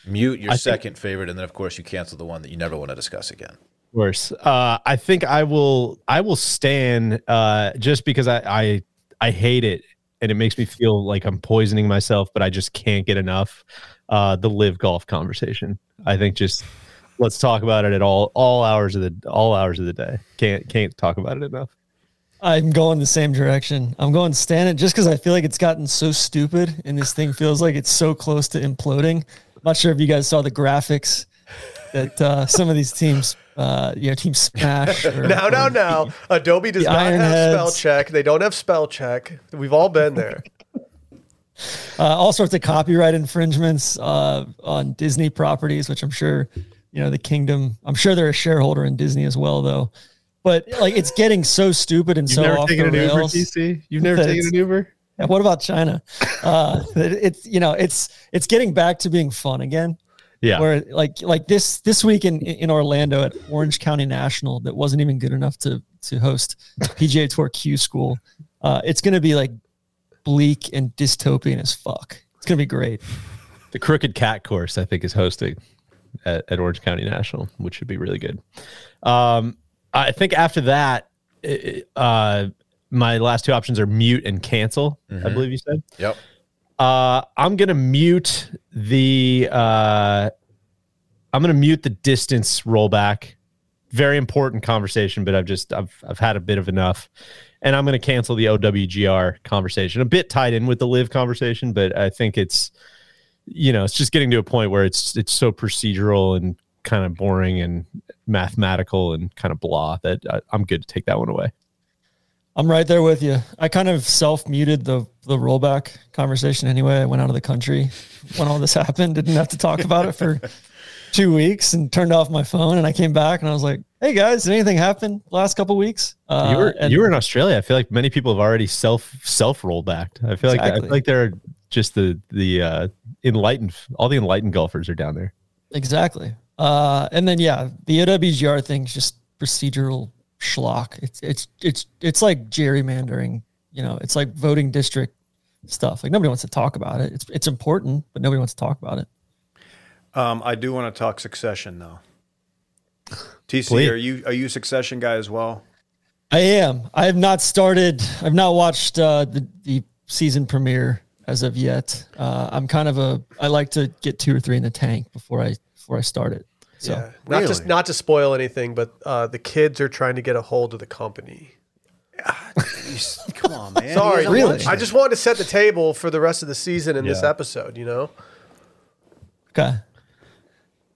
B: Mute your second favorite, and then of course you cancel the one that you never want to discuss again.
D: course. Uh, I think I will. I will stand uh, just because I, I I hate it, and it makes me feel like I'm poisoning myself. But I just can't get enough. Uh, the live golf conversation. I think just let's talk about it at all all hours of the all hours of the day. Can't can't talk about it enough.
E: I'm going the same direction. I'm going Stan it just because I feel like it's gotten so stupid and this thing feels like it's so close to imploding. I'm not sure if you guys saw the graphics that uh, some of these teams, uh, you know,
A: [LAUGHS]
E: Team Smash. Or,
A: No, no,
D: [LAUGHS]
A: no. Adobe does
E: The
A: not have
E: Ironheads.
A: spell check. They don't have spell check. We've all been there.
E: uh, all sorts of copyright infringements uh, on Disney properties, which I'm sure, you know, the kingdom. I'm sure they're a shareholder in Disney as well, though. But like, it's getting so stupid and so off the rails.
D: TC. You've
E: [LAUGHS] never taken an
D: Uber.
E: Yeah, what about China? Uh, [LAUGHS] that it's you know, it's it's getting back to being fun again.
D: Yeah.
E: Where like like this this week in in Orlando at Orange County National that wasn't even good enough to to host PGA Tour Q School. Uh, it's gonna be like bleak and dystopian as fuck. It's gonna be great.
D: The Crooked Cat course, I think, is hosting at, at Orange County National, which should be really good. Um, I think after that, i- i- uh, my last two options are mute and cancel. I
B: Mhm.
D: believe you said.
B: Yep.
D: Uh, I'm gonna mute the. Uh, I'm gonna mute the distance rollback. Very important conversation, but I've just I've I've had a bit of enough, and I'm gonna cancel the OWGR conversation. A bit tied in with the live conversation, but I think it's, you know, it's just getting to a point where it's it's so procedural and kind of boring and mathematical and kind of blah that I, I'm good to take that one away.
E: I'm right there with you. I kind of self muted the the rollback conversation anyway. I went out of the country when all this [LAUGHS] happened. Didn't have to talk about
D: [LAUGHS]
E: it for two weeks and turned off my phone. And I came back and I was like, "Hey guys, did anything happen last couple weeks?" Uh,
D: you were
E: and
D: you were in Australia. I feel like many people have already self self roll backed. I feel like I
E: Exactly.
D: feel like they're just the the uh, enlightened. All the enlightened golfers are down there.
E: exactly. Uh, and then yeah, the OWGR thing's just procedural schlock. It's it's it's it's like gerrymandering. You know, it's like voting district stuff. Like nobody wants to talk about it. It's it's important, but nobody wants to talk about it.
C: Um, I do want to talk Succession [LAUGHS] though. TC,
D: Please.
C: are you are you a Succession guy as well?
E: I am. I have not started. I've not watched uh, the the season premiere as of yet. Uh, I'm kind of a. I like to get two or three in the tank before I before I start it. So
A: Yeah. Not just
C: Really?
A: not to spoil anything, but uh, the kids are trying to get a hold of the company.
C: Come on, [LAUGHS] man.
A: Sorry,
E: hasn't Really? watched
A: I just wanted to set the table for the rest of the season in this
D: Yeah.
A: episode. You know,
E: okay.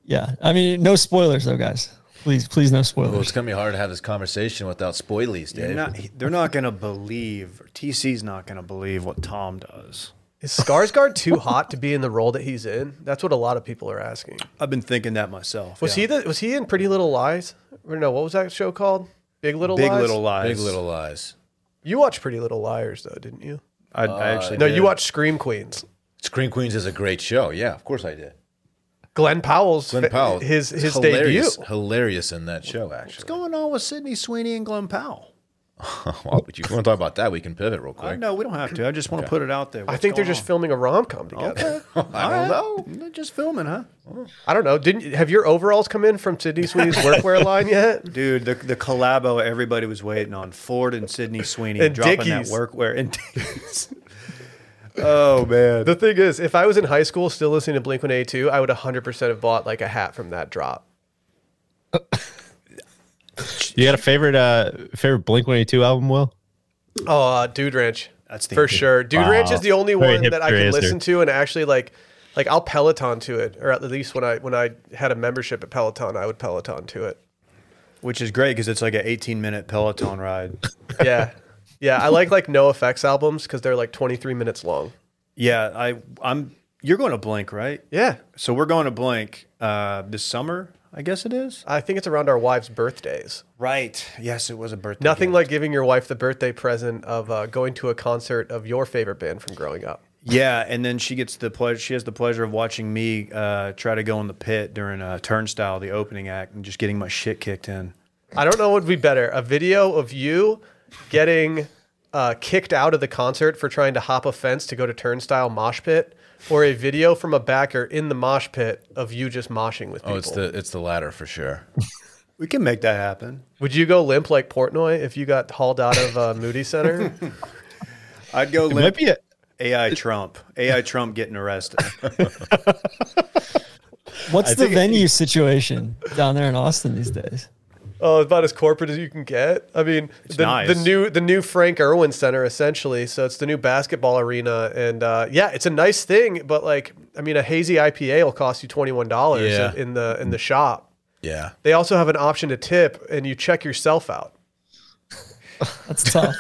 E: Yeah, I mean, no spoilers though, guys. Please, please, no
B: Well, [LAUGHS]
E: spoilers.
B: it's gonna be hard to have this conversation without spoilies,
C: They're
B: Dave.
C: not, they're not going to believe, or TC's not going to believe what Tom does.
A: is Skarsgård too hot to be in the role that he's in? That's what a lot of people are asking.
C: I've been thinking that myself.
A: Was he the, was he in Pretty Little Lies? Or no, what was that show called? Big Little
C: Big
A: Lies.
C: Little Lies?
B: Big Little Lies.
A: You watched Pretty Little Liars though, didn't you?
C: I, I actually
A: No,
C: did.
A: you watched Scream Queens.
B: Scream Queens is a great show. Yeah, of course I did.
A: Glenn Powell's
B: Glenn Powell.
A: his
B: is
A: his
B: hilarious,
A: debut.
B: Hilarious in that show, actually.
C: What's going on with Sidney Sweeney and Glenn Powell?
B: Well, but you want to talk about that? We can pivot real
C: I
B: quick.
C: know we don't have to. I just want to put it out there.
A: I
C: What's
A: think they're
C: going
A: just
C: on?
A: filming a rom com together.
C: [LAUGHS]
B: I don't know.
C: They're just filming, huh?
A: I don't know. Didn't have your overalls come in from Sydney Sweeney's workwear line
D: [LAUGHS]
A: yet?
C: Dude, the the collabo everybody was waiting on Ford and Sidney Sweeney
A: And
C: dropping
A: Dickies.
C: that workwear and Dickies. [LAUGHS] oh man,
A: The thing is, if I was in high school still listening to Blink One Eight Two, I would 100 percent have bought like a hat from that drop.
D: You got a favorite uh favorite Blink One Eighty Two album? Will
A: Oh, uh, Dude Ranch.
C: That's the
A: for sure. Dude
D: Wow.
A: Ranch is the only
D: Very
A: one that I can
D: hipster-ister.
A: listen to and actually like, like I'll Peloton to it, or at least when I when I had a membership at Peloton, I would Peloton to it.
C: which is great because it's like an 18 minute Peloton ride.
D: [LAUGHS]
A: Yeah, yeah. I like like No Effects albums because they're like 23 minutes long.
C: Yeah, I I'm you're going to Blink right?
A: Yeah,
C: So we're going to Blink uh, this summer, I guess it is.
A: I think it's around our wives' birthdays.
C: Right. Yes, it was a birthday.
A: Nothing
C: gift.
A: like giving your wife the birthday present of uh, going to a concert of your favorite band from growing up.
C: Yeah, and then she gets the pleasure. She has the pleasure of watching me uh, try to go in the pit during uh, Turnstile, the opening act, and just getting my shit kicked in.
A: I don't know what would be better a video of you getting uh, kicked out of the concert for trying to hop a fence to go to Turnstile Mosh Pit, or a video from a backer in the mosh pit of you just moshing with people.
B: Oh, it's the it's the latter for sure.
C: We can make that happen.
A: would you go limp like Portnoy if you got hauled out of uh, Moody Center?
C: I'd go
D: it might
C: limp
D: be a
C: AI Trump. AI Trump getting arrested.
E: What's the venue situation down there in Austin these days?
A: Oh, about as corporate as you can get. I mean, the,
C: nice.
A: the new the new Frank Irwin Center essentially. So it's the new basketball arena, and uh, yeah, it's a nice thing. But like, I mean, a hazy IPA will cost you twenty one dollars
B: Yeah.
A: in the in the shop.
B: Yeah.
A: They also have an option to tip, and you check yourself out.
B: [LAUGHS]
E: That's tough.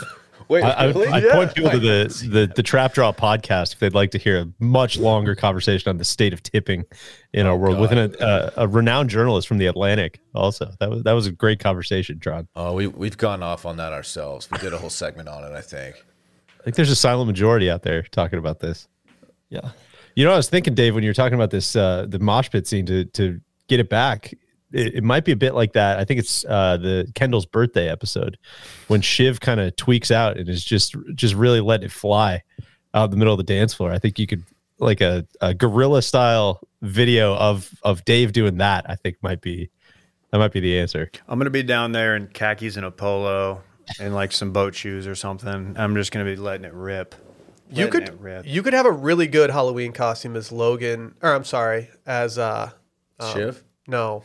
B: Wait,
D: I, I, would- I'd
A: Yeah.
D: point people to the, the the Trap Draw podcast if they'd like to hear a much longer conversation on the state of tipping in
E: Oh,
D: our world with an, uh, a renowned journalist from the Atlantic. Also, that was that was a great conversation, John.
B: oh, we we've gone off on that ourselves. We did a whole segment on it, I think.
D: I think there's a silent majority out there talking about this.
E: Yeah.
D: You know, what I was thinking, Dave, when you were talking about this uh, the mosh pit scene to to get it back. It, it might be a bit like that. I think it's uh, the Kendall's birthday episode when Shiv kind of tweaks out and is just just really letting it fly out in the middle of the dance floor. I think you could like a, a gorilla style video of of Dave doing that. I think might be that might be the answer.
C: I'm gonna be down there in khakis and a polo and like some boat shoes or something. I'm just gonna be letting it rip.
A: You
C: Letting it
A: could
C: rip.
A: you could have a really good Halloween costume as Logan, or I'm sorry, as uh,
B: Shiv,
A: no,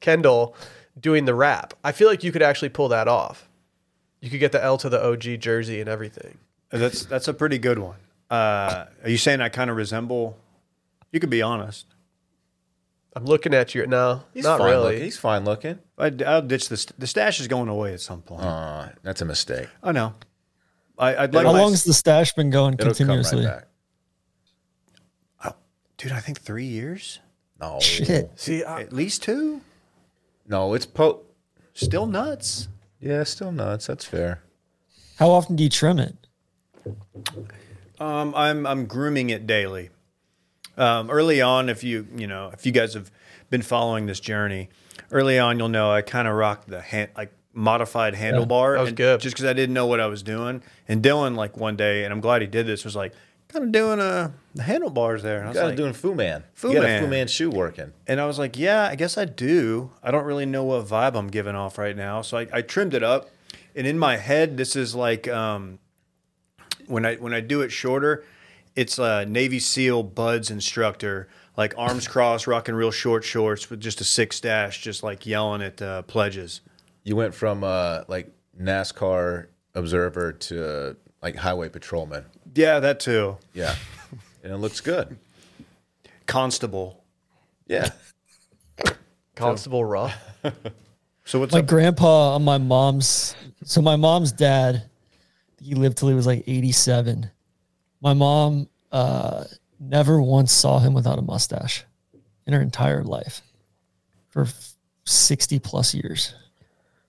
A: Kendall doing the rap. I feel like you could actually pull that off. You could get the L to the OG jersey and everything.
C: That's that's a pretty good one. Uh, are you saying I kind of resemble? You could be honest.
A: I'm looking at you now.
B: he's
A: Not
B: fine
A: really.
B: Looking. He's fine looking.
C: I, will ditch this. The stash is going away at some point.
B: Uh, that's a mistake.
C: I know. I, I'd like
E: How
C: my-
E: long's the stash been going
B: It'll come right
E: continuously?
B: back.
C: dude. I think three years,
E: [LAUGHS]
B: No,
E: Shit.
A: See, I,
C: at least two.
B: no, it's po.
C: Still nuts.
B: Yeah, still nuts. That's fair.
E: How often do you trim it?
C: Um, I'm I'm grooming it daily. Um, early on, if you you know if you guys have been following this journey, early on you'll know I kind of rocked the hand like modified handlebar.
A: that was
C: and
A: good.
C: Just because I didn't know what I was doing. And Dylan, like one day, and I'm glad he did this, was like, kind of doing uh, the handlebars there. And I was
B: Got to
C: like,
B: doing Fu Man.
C: Fu
B: you got
C: Man.
B: a Fu Man shoe working.
C: And I was like, yeah, I guess I do. I don't really know what vibe I'm giving off right now. So I, I trimmed it up. And in my head, this is like um, when I when I do it shorter, it's a Navy SEAL buds instructor, like arms crossed, rocking real short shorts with just a six dash, just like yelling at uh, pledges.
B: You went from uh, like NASCAR observer to uh, like highway patrolman.
C: Yeah, that too.
B: Yeah, and it looks good.
C: Constable.
B: Yeah,
A: Constable Raw.
C: So what's
E: my
C: up?
E: grandpa on my mom's so my mom's dad he lived till he was like 87 my mom uh, never once saw him without a mustache in her entire life for f- 60 plus years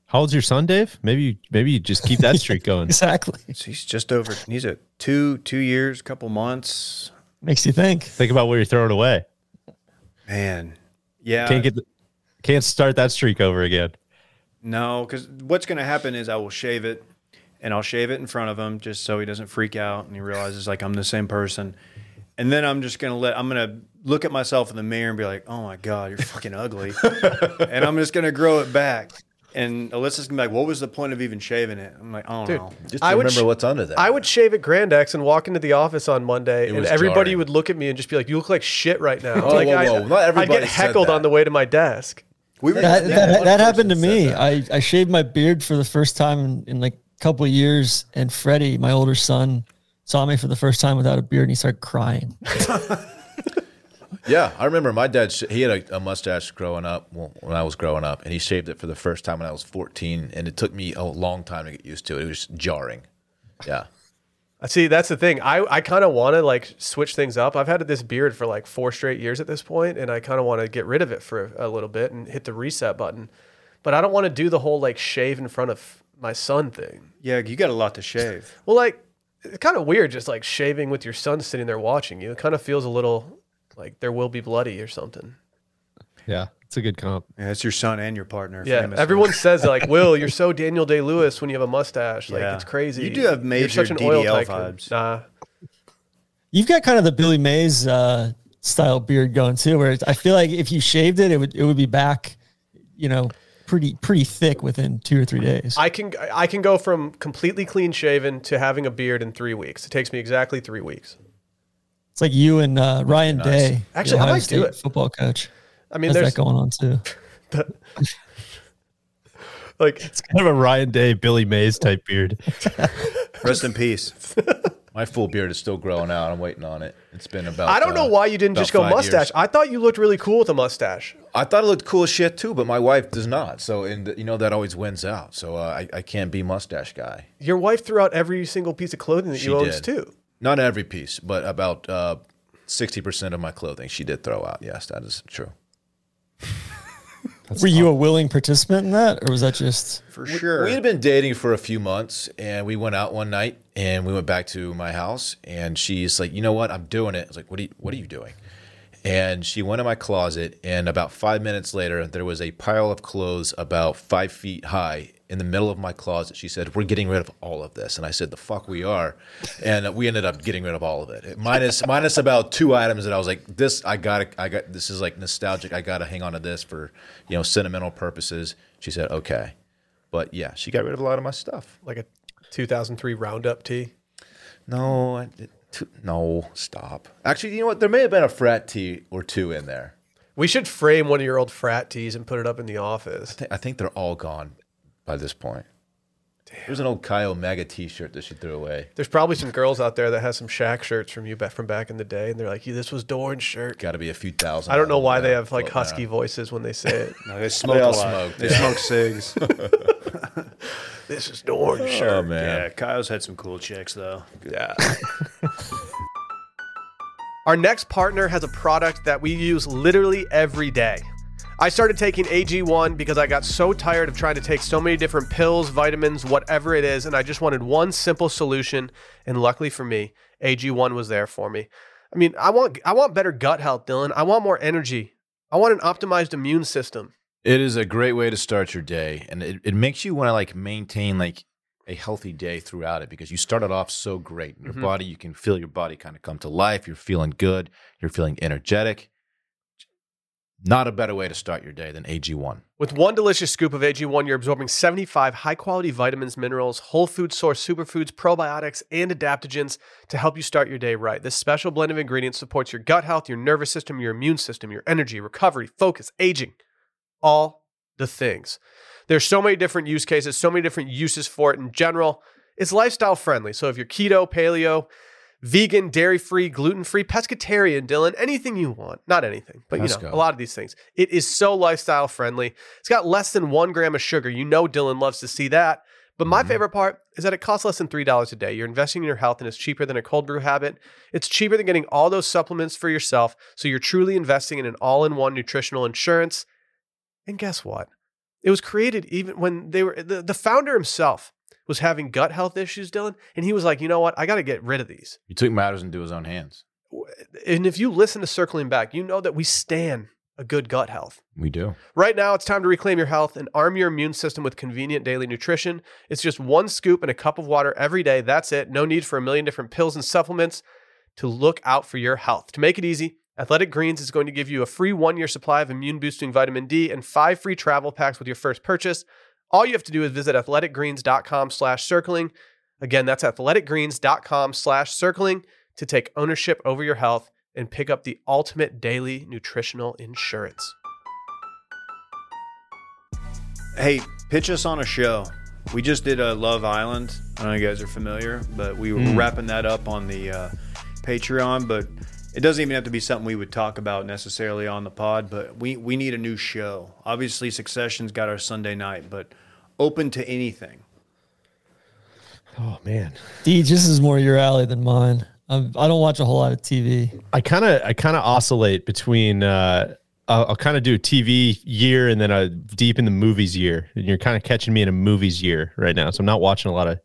D: How old's your son, Dave? Maybe you, maybe you just keep that streak going.
E: exactly
C: He's just over. He's at two two years, couple months.
E: makes you think
D: Think about where you're throwing away.
C: Man, yeah.
D: Can't get the, can't start that streak over again.
C: No, because what's going to happen is I will shave it, and I'll shave it in front of him just so he doesn't freak out and he realizes like I'm the same person. And then I'm just going to let I'm going to look at myself in the mirror and be like, "Oh my god, you're
B: [LAUGHS]
C: fucking ugly," and I'm just going to grow it back. And Alyssa's gonna be like, "What was the point of even shaving it?" I'm like, "I don't know."
B: just
A: I would
B: remember
A: sh-
B: what's under there.
A: I would shave at Grand X and walk into the office on Monday, and
B: was
A: everybody
B: jarring.
A: would look at me and just be like, "You look like shit right now."
B: Oh,
A: like,
B: [LAUGHS] whoa,
A: I,
B: whoa. Not
A: I'd
B: everybody
A: get
B: said
A: heckled on
B: that.
A: the way to my desk.
C: We were
E: that,
B: Yeah,
E: that,
B: one
E: that happened to
B: person said
E: me.
B: that.
E: I, I shaved my beard for the first time in, in like a couple of years, and Freddie, my older son, saw me for the first time without a beard, and he started crying.
B: Yeah, I remember my dad. sh- He had a, a mustache growing up well, when I was growing up, and he shaved it for the first time when I was 14, and it took me a long time to get used to it. It was jarring. Yeah,
A: Uh, See, that's the thing. I, I kind of want to like switch things up. I've had this beard for like four straight years at this point, and I kind of want to get rid of it for a little bit and hit the reset button. But I don't want to do the whole like shave in front of my son thing.
C: yeah, you got a lot to shave.
A: Well, like it's kind of weird, just like shaving with your son sitting there watching you. It kind of feels a little like there will be bloody or something.
D: Yeah, it's a good comp.
C: Yeah, it's your son and your partner.
A: Yeah,
C: famously.
A: everyone says like, "Will, you're so Daniel Day Lewis when you have a mustache. Like
C: Yeah.
A: it's crazy."
C: You do have
A: You're
C: major DDL vibes.
A: Nah,
E: You've got kind of the Billy Mays uh, style beard going too, where it's, I feel like if you shaved it, it would it would be back, you know, pretty pretty thick within two or three days.
A: I can I can go from completely clean shaven to having a beard in three weeks. It takes me exactly three weeks.
E: It's like you and uh, Ryan Day, the
A: Actually, I
E: Ohio
A: might do
E: State
A: it.
E: Football coach.
A: I mean,
E: Has
A: there's
E: that going
A: [LAUGHS]
E: on too?
A: like
D: It's kind of a Ryan Day, Billy Mays type beard.
C: rest in peace.
B: my full beard is still growing out. I'm waiting on it. It's been about.
A: I don't
B: uh,
A: know why you didn't
B: about
A: just go
B: five years.
A: mustache. I thought you looked really cool with a mustache.
B: I thought it looked cool as shit too, but my wife does not. So, and you know that always wins out. So uh, I, I can't be mustache guy.
A: Your wife threw out every single piece of clothing that
B: She
A: you owns
B: did.
A: too.
B: Not every piece, but about uh, 60% of my clothing she did throw out. Yes, that is true.
E: Were you a willing participant in that, or was that just?
C: For sure.
B: We had been dating for a few months and we went out one night and we went back to my house and she's like, you know what? I'm doing it. I was like, what are you, what are you doing? And she went in my closet and about five minutes later, there was a pile of clothes about five feet high in the middle of my closet. She said, we're getting rid of all of this. And I said, the fuck we are. And we ended up getting rid of all of it. Minus, minus about two items that I was like, this, I gotta, I got, this is like nostalgic. I gotta hang on to this for, you know, sentimental purposes. She said, okay. But yeah, she got rid of a lot of my stuff.
A: Like a 2003 Roundup tee.
B: No, I, it- t- no, stop. Actually, you know what? There may have been a frat tee or two in there.
A: We should frame one of your old frat tees and put it up in the office.
B: I think they're all gone by this point. There's an old Chi Omega T-shirt that she threw away.
A: There's probably some girls out there that has some Shaq shirts from you back from back in the day, and they're like, yeah, "This was Doran's shirt."
B: Got to be a few thousand.
A: I don't know
B: of them
A: why they
B: now
A: have like
B: floating around.
A: husky voices when they say it. [LAUGHS]
C: No, they smoke
B: They all
C: a lot.
B: smoke,
C: they
B: yeah.
C: smoke cigs.
A: this is Doran's shirt.
B: Oh [LAUGHS] man,
C: yeah, Kyle's had some cool chicks though.
A: Yeah. [LAUGHS] Our next partner has a product that we use literally every day. I started taking AG1 because I got so tired of trying to take so many different pills, vitamins, whatever it is, and I just wanted one simple solution. And luckily for me, AG1 was there for me. I mean, I want I want better gut health, Dylan. I want more energy. I want an optimized immune system.
B: It is a great way to start your day, and it, it makes you want to like maintain like a healthy day throughout it because you started off so great. Your
A: Mhm.
B: body, you can feel your body kind of come to life. You're feeling good. You're feeling energetic. Not a better way to start your day than AG one.
A: With one delicious scoop of AG1, you're absorbing 75 high quality vitamins, minerals, whole food source superfoods, probiotics, and adaptogens to help you start your day right. This special blend of ingredients supports your gut health, your nervous system, your immune system, your energy, recovery, focus, aging, all the things. There's so many different use cases, so many different uses for it in general. It's lifestyle friendly. So if you're keto, paleo, vegan, dairy free, gluten free, pescatarian, Dylan, anything you want, not anything, but you know,
B: Pesco.
A: a lot of these things. It is so lifestyle friendly. It's got less than one gram of sugar. You know, Dylan loves to see that. But my
B: Mhm.
A: favorite part is that it costs less than $3 a day. You're investing in your health and it's cheaper than a cold brew habit. It's cheaper than getting all those supplements for yourself. So you're truly investing in an all in one nutritional insurance. And guess what? It was created even when they were, the, the founder himself was having gut health issues, Dylan. And he was like, you know what? I got to get rid of these.
B: He took matters into his own hands.
A: And if you listen to Circling Back, you know that we stand a good gut health.
B: We do.
A: Right now, it's time to reclaim your health and arm your immune system with convenient daily nutrition. It's just one scoop and a cup of water every day. That's it. No need for a million different pills and supplements to look out for your health. To make it easy, Athletic Greens is going to give you a free one year supply of immune boosting vitamin D and five free travel packs with your first purchase. All you have to do is visit athleticgreens.com slash circling. Again, that's athleticgreens.com slash circling to take ownership over your health and pick up the ultimate daily nutritional insurance.
C: Hey, pitch us on a show. We just did a Love Island. I don't know if you guys are familiar, but we
D: Hmm.
C: were wrapping that up on the uh, Patreon. But it doesn't even have to be something we would talk about necessarily on the pod. But we we need a new show. Obviously, Succession's got our Sunday night, but open to anything.
D: Oh man.
E: Deej, this is more your alley than mine. I'm, I don't watch a whole lot of TV.
D: [LAUGHS] I kind of I kind of oscillate between uh I'll, I'll kind of do TV year and then a deep in the movies year. And you're kind of catching me in a movies year right now. So I'm not watching a lot of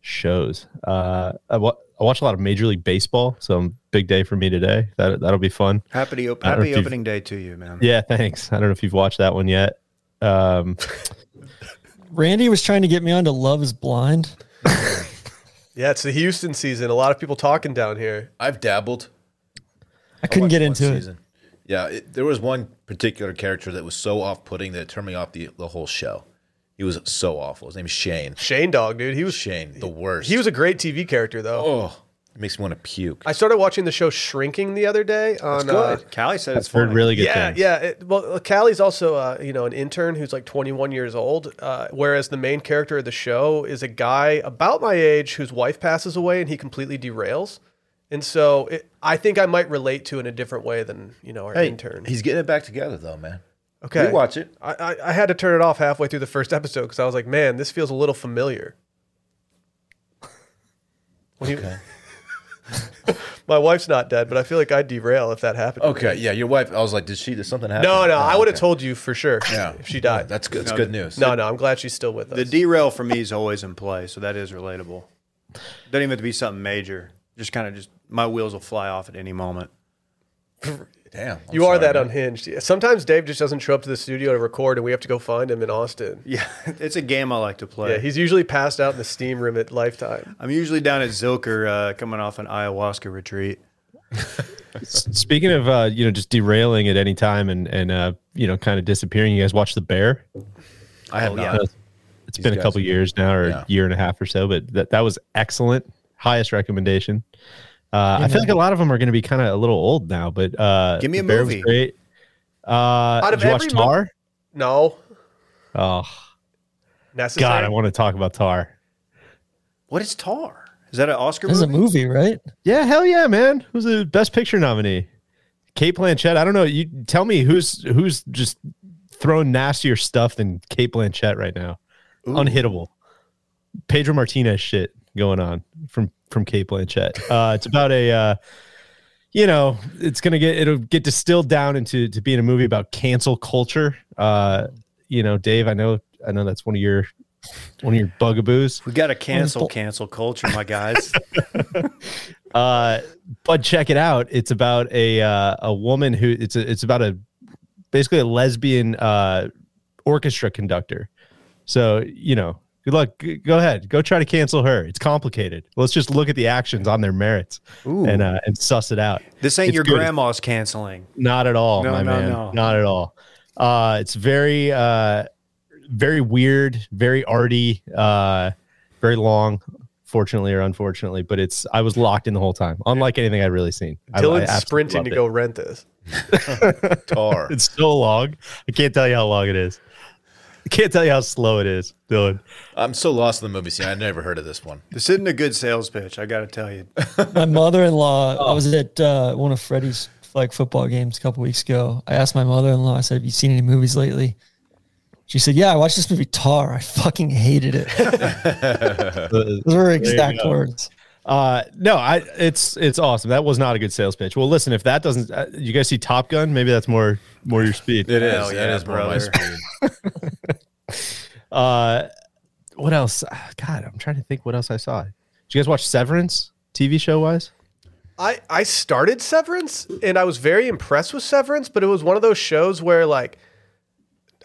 D: shows. Uh I, wa- I watch a lot of Major League Baseball, so big day for me today. That that'll be fun.
C: Happy op-
D: I don't know
C: happy
D: if you've-
C: opening day to you, man.
D: Yeah, thanks. I don't know if you've watched that one yet. Um
E: Randy was trying to get me onto Love is Blind.
A: Yeah, it's the Houston season. A lot of people talking down here.
B: I've dabbled.
E: I couldn't get
B: watched
E: into
B: one
E: it.
B: season. Yeah, it, there was one particular character that was so off-putting that it turned me off the, the whole show. He was so awful. His name is Shane.
A: Shane Dog, dude. He was
B: Shane, the worst.
A: he was a great TV character though.
B: oh, it makes me want to puke.
A: I started watching the show Shrinking the other day on uh,
C: Good. Callie said it's
D: I've heard
C: funny.
D: really good
A: yeah,
D: things.
A: yeah. It, well, Callie's also, uh, you know, an intern who's like 21 years old. Uh, whereas the main character of the show is a guy about my age whose wife passes away and he completely derails. And so it, I think I might relate to in a different way than you know our
B: Hey,
A: intern.
B: he's getting it back together though, man.
A: Okay,
B: We watch it.
A: I, I, I had to turn it off halfway through the first episode because I was like, man, this feels a little familiar. When you- [LAUGHS] My wife's not dead, but I feel like I'd derail if that happened.
B: Okay, yeah, your wife. I was like, did she? Did something happen?
A: No, no, I would have
B: okay.
A: told you for sure
B: Yeah,
A: if she died.
B: That's good. That's good news.
A: no, no, I'm glad she's still with us.
C: The derail for me is always in play, so that is relatable. Doesn't even have to be something major. Just kind of just my wheels will fly off at any moment.
B: damn. I'm
A: you are
B: sorry,
A: that
B: man.
A: unhinged. Yeah, Sometimes Dave just doesn't show up to the studio to record, and we have to go find him in Austin.
C: Yeah, [LAUGHS] it's a game I like to play.
A: Yeah, he's usually passed out in the steam room at Lifetime.
C: I'm usually down at Zilker uh, coming off an ayahuasca retreat.
D: Speaking of uh, you know, just derailing at any time and and uh, you know, kind of disappearing. You guys watch The Bear?
B: I have not.
D: Uh, it's been a
B: guys-
D: couple years now, or
B: Yeah.
D: a year and a half or so, but that, that was excellent. Highest recommendation. Uh, I feel like a lot of them are going to be kind of a little old now, but uh,
C: Give me a
D: The Bear was
C: movie.
D: Great. Uh,
A: Out of
D: did you watch
A: every mo-
D: Tar?
A: No,
D: oh
A: necessary.
D: God, I want to talk about Tar.
C: What is Tar? Is that an Oscar
E: There's
C: movie?
E: a movie, right?
D: Yeah, hell yeah, man. Who's the Best Picture nominee? Kate Blanchett. I don't know. You tell me who's who's just throwing nastier stuff than Kate Blanchett right now. Unhittable. Pedro Martinez shit going on from from Kate Blanchett. Uh, it's about a. Uh, you know, it's gonna get it'll get distilled down into to being a movie about cancel culture. Uh, you know, Dave, I know, I know that's one of your one of your bugaboos.
C: We got to cancel
E: Unpo-
C: cancel culture, my guys.
D: Uh, but check it out. It's about a uh, a woman who it's a, it's about a basically a lesbian uh, orchestra conductor. So, you know, good luck. G- Go ahead. Go try to cancel her. It's complicated. Let's just look at the actions on their merits
C: Ooh.
D: and uh, and suss it out.
C: this ain't
D: it's
C: your
D: good.
C: grandma's canceling.
D: Not at all,
C: No,
D: my
C: no,
D: man.
C: no.
D: Not at all. Uh, it's very, uh, very weird, very arty, uh, very long, fortunately or unfortunately. But it's I was locked in the whole time, unlike anything I'd really seen. I- I
A: Dylan's
D: absolutely
A: sprinting
D: loved
A: to
D: it.
A: go rent this. [LAUGHS]
B: Tar.
D: [LAUGHS] It's so long. I can't tell you how long it is. I can't tell you how slow it is,
A: [LAUGHS]
D: Dylan.
B: I'm so lost in the movie scene. I never heard of this one. [LAUGHS]
C: This isn't a good sales pitch, I got to tell you.
E: My mother-in-law.
D: Oh.
E: I was at uh, one of Freddie's flag football games a couple weeks ago. I asked my mother-in-law. I said, "Have you seen any movies lately?" She said, "Yeah, I watched this movie Tar. I fucking hated it." Those were her exact words.
D: Uh, no, I it's it's awesome. That was not a good sales pitch. Well, listen, if that doesn't, uh, you guys see Top Gun? Maybe that's more more your speed.
B: It is.
C: Hell
B: it
C: yeah,
B: is more my
C: brother.
B: speed.
D: Uh, what else? [SIGHS] Ah, God, I'm trying to think what else I saw. Did you guys watch Severance TV show wise?
A: I, I started Severance and I was very impressed with Severance, but it was one of those shows where like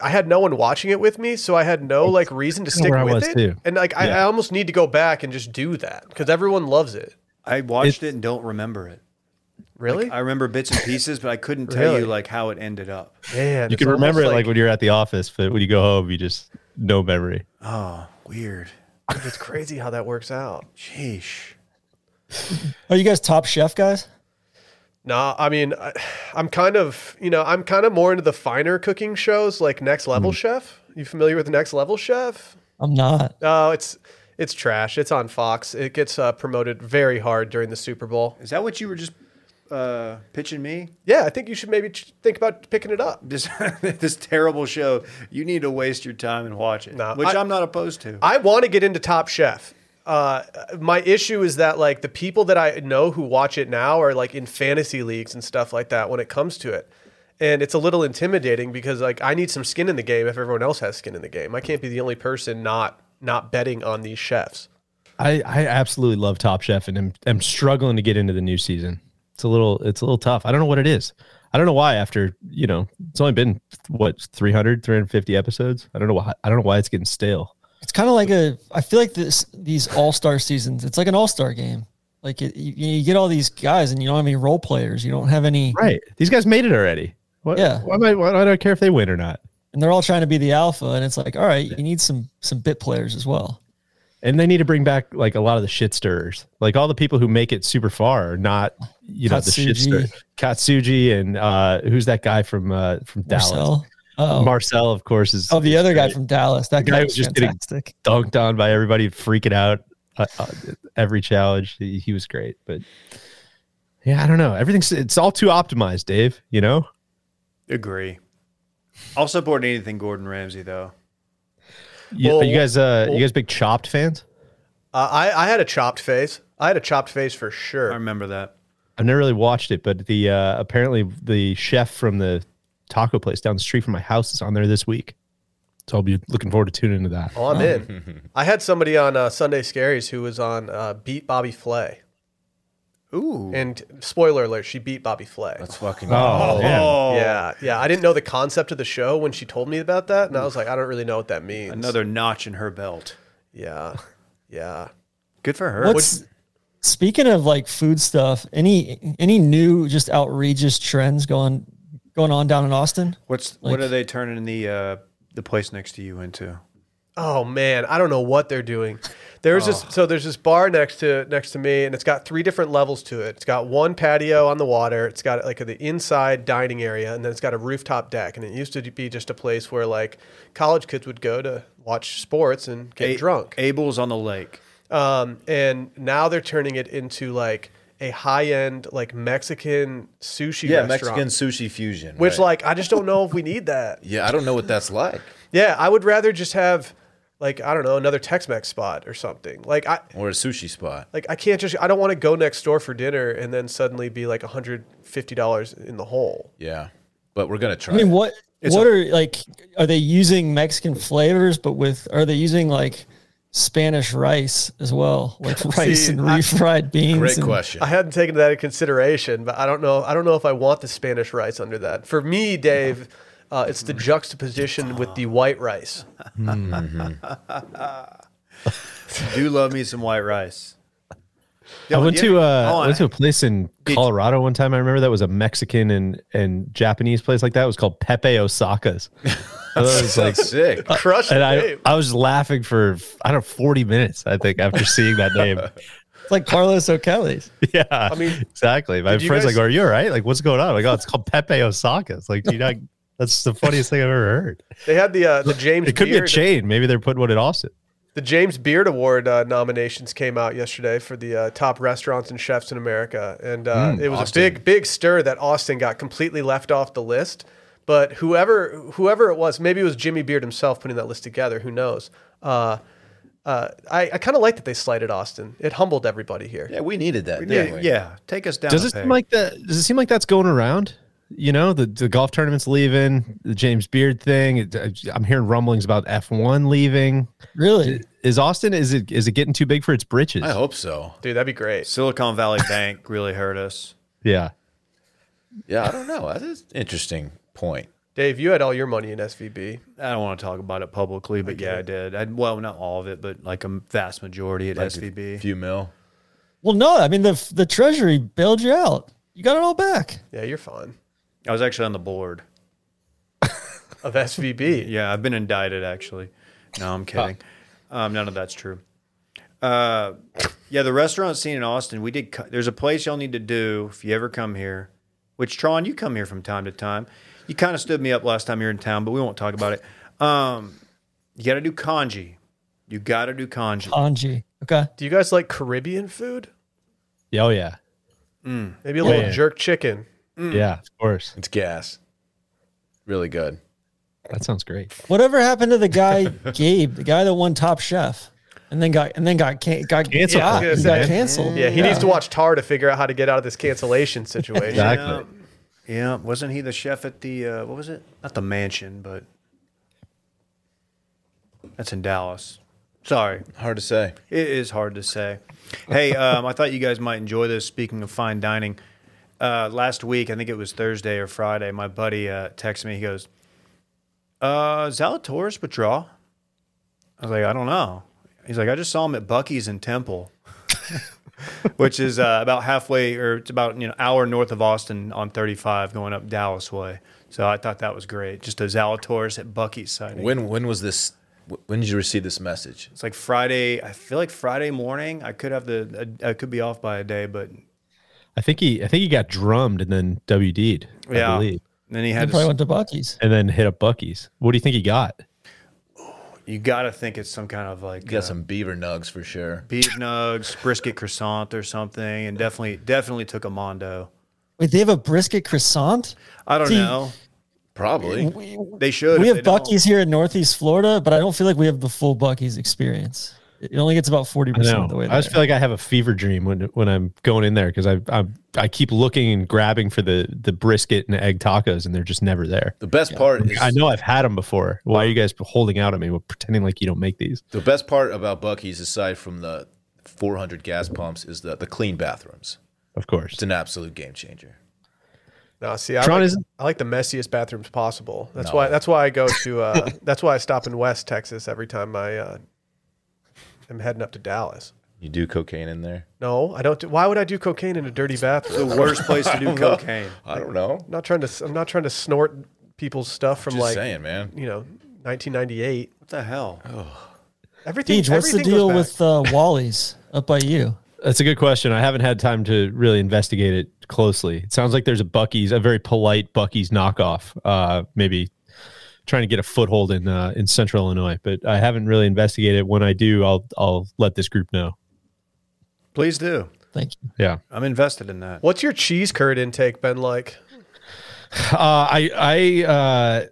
A: I had no one watching it with me, so I had no like reason to
D: kinda
A: stick
D: where I
A: with
D: was,
A: it.
D: too.
A: And like I,
D: Yeah.
A: I almost need to go back and just do that because everyone loves it.
C: I watched it and don't remember it.
A: Really?
C: I remember bits and pieces, but I couldn't tell
A: Really?
C: you like how it ended up.
A: Man,
D: You
A: it's
D: can remember
A: almost
D: it like, when you're at the office, but when you go home, you just no memory.
C: Oh, weird.
A: like it's crazy how that works out.
C: Sheesh.
E: Are you guys Top Chef guys?
A: Nah, I mean, I, I'm kind of, you know, I'm kind of more into the finer cooking shows like Next
D: Hmm.
A: Level Chef. You familiar with Next Level Chef?
E: I'm not.
A: No, Uh, it's it's trash. It's on Fox. It gets uh, promoted very hard during the Super Bowl.
C: Is that what you were just uh, pitching me?
A: Yeah, I think you should maybe ch- think about picking it up.
C: This [LAUGHS] this terrible show. You need to waste your time and watch it,
A: No,
C: which
A: I-
C: I, am not opposed to.
A: I want to get into Top Chef. Uh, my issue is that like the people that I know who watch it now are like in fantasy leagues and stuff like that when it comes to it. And it's a little intimidating because like I need some skin in the game if everyone else has skin in the game. I can't be the only person not not betting on these chefs.
D: I, I absolutely love Top Chef and I'm, I'm struggling to get into the new season. It's a little it's a little tough. I don't know what it is. I don't know why after, you know, it's only been what 300 350 episodes. I don't know why I don't know why it's getting stale.
E: It's kind of like a. I feel like this these All Star seasons. It's like an All Star game. Like it, you, you get all these guys, and you don't have any role players. You don't have any,
D: Right. These guys made it already. What,
E: Yeah.
D: Why, am I, why do I care if they win or not?
E: and they're all trying to be the alpha. And it's like, all right, you need some some bit players as well.
D: And they need to bring back like a lot of the shit stirrers. Like all the people who make it super far are not, you know, the shit
E: Katsuji.
D: stirrers. Katsuji and uh, who's that guy from uh, from Dallas?
E: Marcel. Oh,
D: Marcel, of course, is
E: oh, the other guy from Dallas. That
D: The
E: guy
D: guy
E: was
D: who's just getting-
E: fantastic.
D: dunked on by everybody, freaking out uh, uh, every challenge. He, he was great, but yeah, I don't know. Everything's it's all too optimized, Dave. You know,
C: Agree. I'll support anything Gordon Ramsay though.
D: you,
A: Well,
D: are you guys, uh,
A: well-
D: you guys, big Chopped fans.
A: Uh, I I had a chopped face. I had a chopped face for
C: I
A: sure.
C: remember that.
D: I've never really watched it, but the uh, apparently the chef from the taco place down the street from my house is on there this week, so I'll be looking forward to tuning into that.
A: Oh, I'm in. I had somebody on uh, Sunday Scaries who was on uh, beat Bobby Flay,
C: Ooh.
A: and spoiler alert, she beat Bobby Flay.
B: That's fucking.
D: Oh, man.
A: Yeah, yeah. I didn't know the concept of the show when she told me about that, and I was like, I don't really know what that means.
C: Another notch in her belt.
A: Yeah, yeah.
C: Good for her.
E: What's speaking of like food stuff? Any any new just outrageous trends going going on down in Austin?
C: What's
E: Like-
C: what are they turning the uh, the place next to you into?
A: Oh man, I don't know what they're doing. There's this
B: Oh.
A: so there's this bar next to next to me, and it's got three different levels to it. It's got one patio on the water. It's got like the inside dining area, and then it's got a rooftop deck. And it used to be just a place where like college kids would go to watch sports and get
C: A-
A: drunk.
C: Abel's on the lake.
A: Um, and now they're turning it into like a high end like Mexican sushi
B: Yeah,
A: restaurant.
B: Mexican sushi fusion.
A: Which,
B: right.
A: like, I just don't know if we need
B: [LAUGHS]
A: that.
B: Yeah, I don't know what that's like.
A: Yeah, I would rather just have, like, I don't know, another Tex-Mex spot or something. Like, I,
B: Or a sushi spot.
A: like, I can't just. I don't want to go next door for dinner and then suddenly be like hundred fifty dollars in the hole.
B: Yeah, but we're gonna try.
E: I mean,
B: it.
E: what what are like? Are they using Mexican flavors? But with are they using like Spanish rice as well, like rice
A: See,
E: and
A: I-
E: refried beans?
B: Great
E: and-
B: question.
A: I
B: [LAUGHS]
A: hadn't taken that into consideration, but I don't know. I don't know if I want the Spanish rice under that. For me, Dave, Uh, it's the juxtaposition with the white rice.
C: Do love me some white rice.
D: I
C: Dylan,
D: went
C: do you
D: to
C: have any-
D: uh,
C: hold
D: [LAUGHS] I
C: on.
D: went to a place in Colorado one time. I remember that was a Mexican and and Japanese place like that. It was called
A: [LAUGHS]
D: Pepe Osaka's. I thought it was like-
B: sick.
A: Crushed
D: and I
A: name.
D: I was laughing for I don't know forty minutes. I think after seeing that
A: [LAUGHS]
D: name. [LAUGHS]
E: It's like Carlos O'Kelly's.
D: Yeah,
A: I mean,
D: exactly. My
A: did you
D: friends
A: guys-
D: like, are you all right? Like, what's going on? I'm like, oh, it's called Pepe Osaka's. Like, do you not? That's the funniest thing I've ever heard.
A: They had the uh, the James
D: It could be a
A: Beard,
D: chain. Maybe they're putting one in Austin.
A: the James Beard Award uh, nominations came out yesterday for the uh, top restaurants and chefs in America, and uh, it was
B: Mm, Austin.
A: a big big stir that Austin got completely left off the list. But whoever whoever it was, maybe it was Jimmy Beard himself putting that list together. Who knows? Uh, uh, I, I kind of like that they slighted Austin. It humbled everybody here.
B: Yeah, we needed that.
C: Yeah,
B: definitely.
C: yeah, take us down.
D: Does
C: a
D: it
C: peg.
D: seem like that? Does it seem like that's going around? You know, the, the golf tournament's leaving, the James Beard thing. It, I'm hearing rumblings about F1 leaving.
E: Really?
D: Is Austin? Is it? Is it getting too big for its britches?
B: I hope so.
A: Dude, that'd be great.
C: Silicon Valley Bank really hurt us?
D: Yeah.
B: Yeah, I don't know. That's an interesting point.
A: Dave, you had all your money in SVB.
C: I don't want to talk about it publicly, but yeah, I did. I, well, not all of it, but like a vast majority at SVB.
B: Few mil.
E: Well, no. I mean, the the Treasury bailed you out. You got it all back.
A: Yeah, you're fine.
C: I was actually on the board.
A: Of
B: [LAUGHS]
A: SVB.
C: Yeah, I've been indicted actually. No, I'm kidding. Um, none of that's true. Uh, yeah, the restaurant scene in Austin. We did. co- There's a place y'all need to do if you ever come here. Which Tron, you come here from time to time. You kind of stood me up last time you were in town, but we won't talk about it. Um, you got to do kanji. You got to do kanji.
E: Anji. Okay.
A: Do you guys like Caribbean food?
D: Yeah. Oh yeah.
A: Maybe a little
D: yeah.
A: jerk chicken.
D: Yeah. Of course.
B: It's gas. Really good.
D: That sounds great.
E: Whatever happened to the guy [LAUGHS] Gabe, the guy that won Top Chef, and then got and then got can, got
D: Canceled.
E: got-
A: Yeah, I was gonna
E: got
A: say.
E: canceled.
A: Yeah, he needs to watch Tar to figure out how to get out of this cancellation situation.
D: Exactly.
C: Yeah, wasn't he the chef at the uh, what was it? Not the mansion, but that's in Dallas. Sorry,
B: Hard to say.
C: It is hard to say. Hey, um, I thought you guys might enjoy this. Speaking of fine dining, uh, last week, I think it was Thursday or Friday, my buddy uh, texted me. He goes, uh, Zalatoris withdraw? I was like, I don't know. He's like, I just saw him at Bucky's in Temple, [LAUGHS] which is uh, about halfway or it's about you know hour north of Austin on 35 going up Dallas way. So I thought that was great. Just a Zalatoris at Bucky's sighting.
B: When when was this? wh- When did you receive this message?
C: It's like Friday. I feel like Friday morning. I could have the. I, I could be off by a day, but
D: I think he. I think he got drummed and then WD'd. I
C: yeah.
D: believe,
C: Then he
E: They
C: had.
E: probably
C: To,
E: went to Bucky's.
D: and then hit up Bucky's. What do you think he got?
C: you got to think it's some kind of like
B: You got
C: uh,
B: some beaver nugs for sure.
C: beef nugs, brisket croissant, or something, and definitely definitely took a mondo.
E: Wait, they have a brisket croissant.
C: I don't
E: See,
C: know.
B: Probably.
E: We,
C: They should.
E: we
C: if
E: have
C: they don't.
E: Bucky's here in Northeast Florida, but I don't feel like we have the full Bucky's experience. It only gets about forty
D: I
E: percent
D: know.
E: of the way
D: I
E: there.
D: just feel like I have a fever dream when when I'm going in there because I I I keep looking and grabbing for the the brisket and egg tacos and they're just never there.
B: The best part is
D: I know I've had them before. Why are you guys holding out at me, pretending like you don't make these?
B: the best part about Bucky's, aside from the 400 gas pumps, is the the clean bathrooms.
D: Of course.
B: It's an absolute game changer.
A: No, see, I
D: Tron
A: like,
D: isn't-
A: I like the messiest bathrooms possible. That's why. That's why I go to. Uh, [LAUGHS] that's why I stop in West Texas every time I uh, am heading up to Dallas.
B: You do cocaine in there?
A: No, I don't. Do, why would I do cocaine in a dirty bathroom?
C: the worst place to do cocaine.
B: I don't know.
A: I'm not trying to. I'm not trying to snort people's stuff from
B: Just
A: like
B: saying, man.
A: you know 1998.
C: What the hell?
A: Everything.
E: Deej, what's the
A: everything goes
E: deal
A: back.
E: with uh, Wally's up by you?
D: That's a good question. I haven't had time to really investigate it closely. It sounds like there's a Bucky's, a very polite Bucky's knockoff, uh, maybe trying to get a foothold in uh, in Central Illinois. But I haven't really investigated. When I do, I'll I'll let this group know.
C: Please do.
E: Thank you.
D: Yeah.
C: I'm invested in that.
A: What's your cheese curd intake been like?
D: uh, I I uh,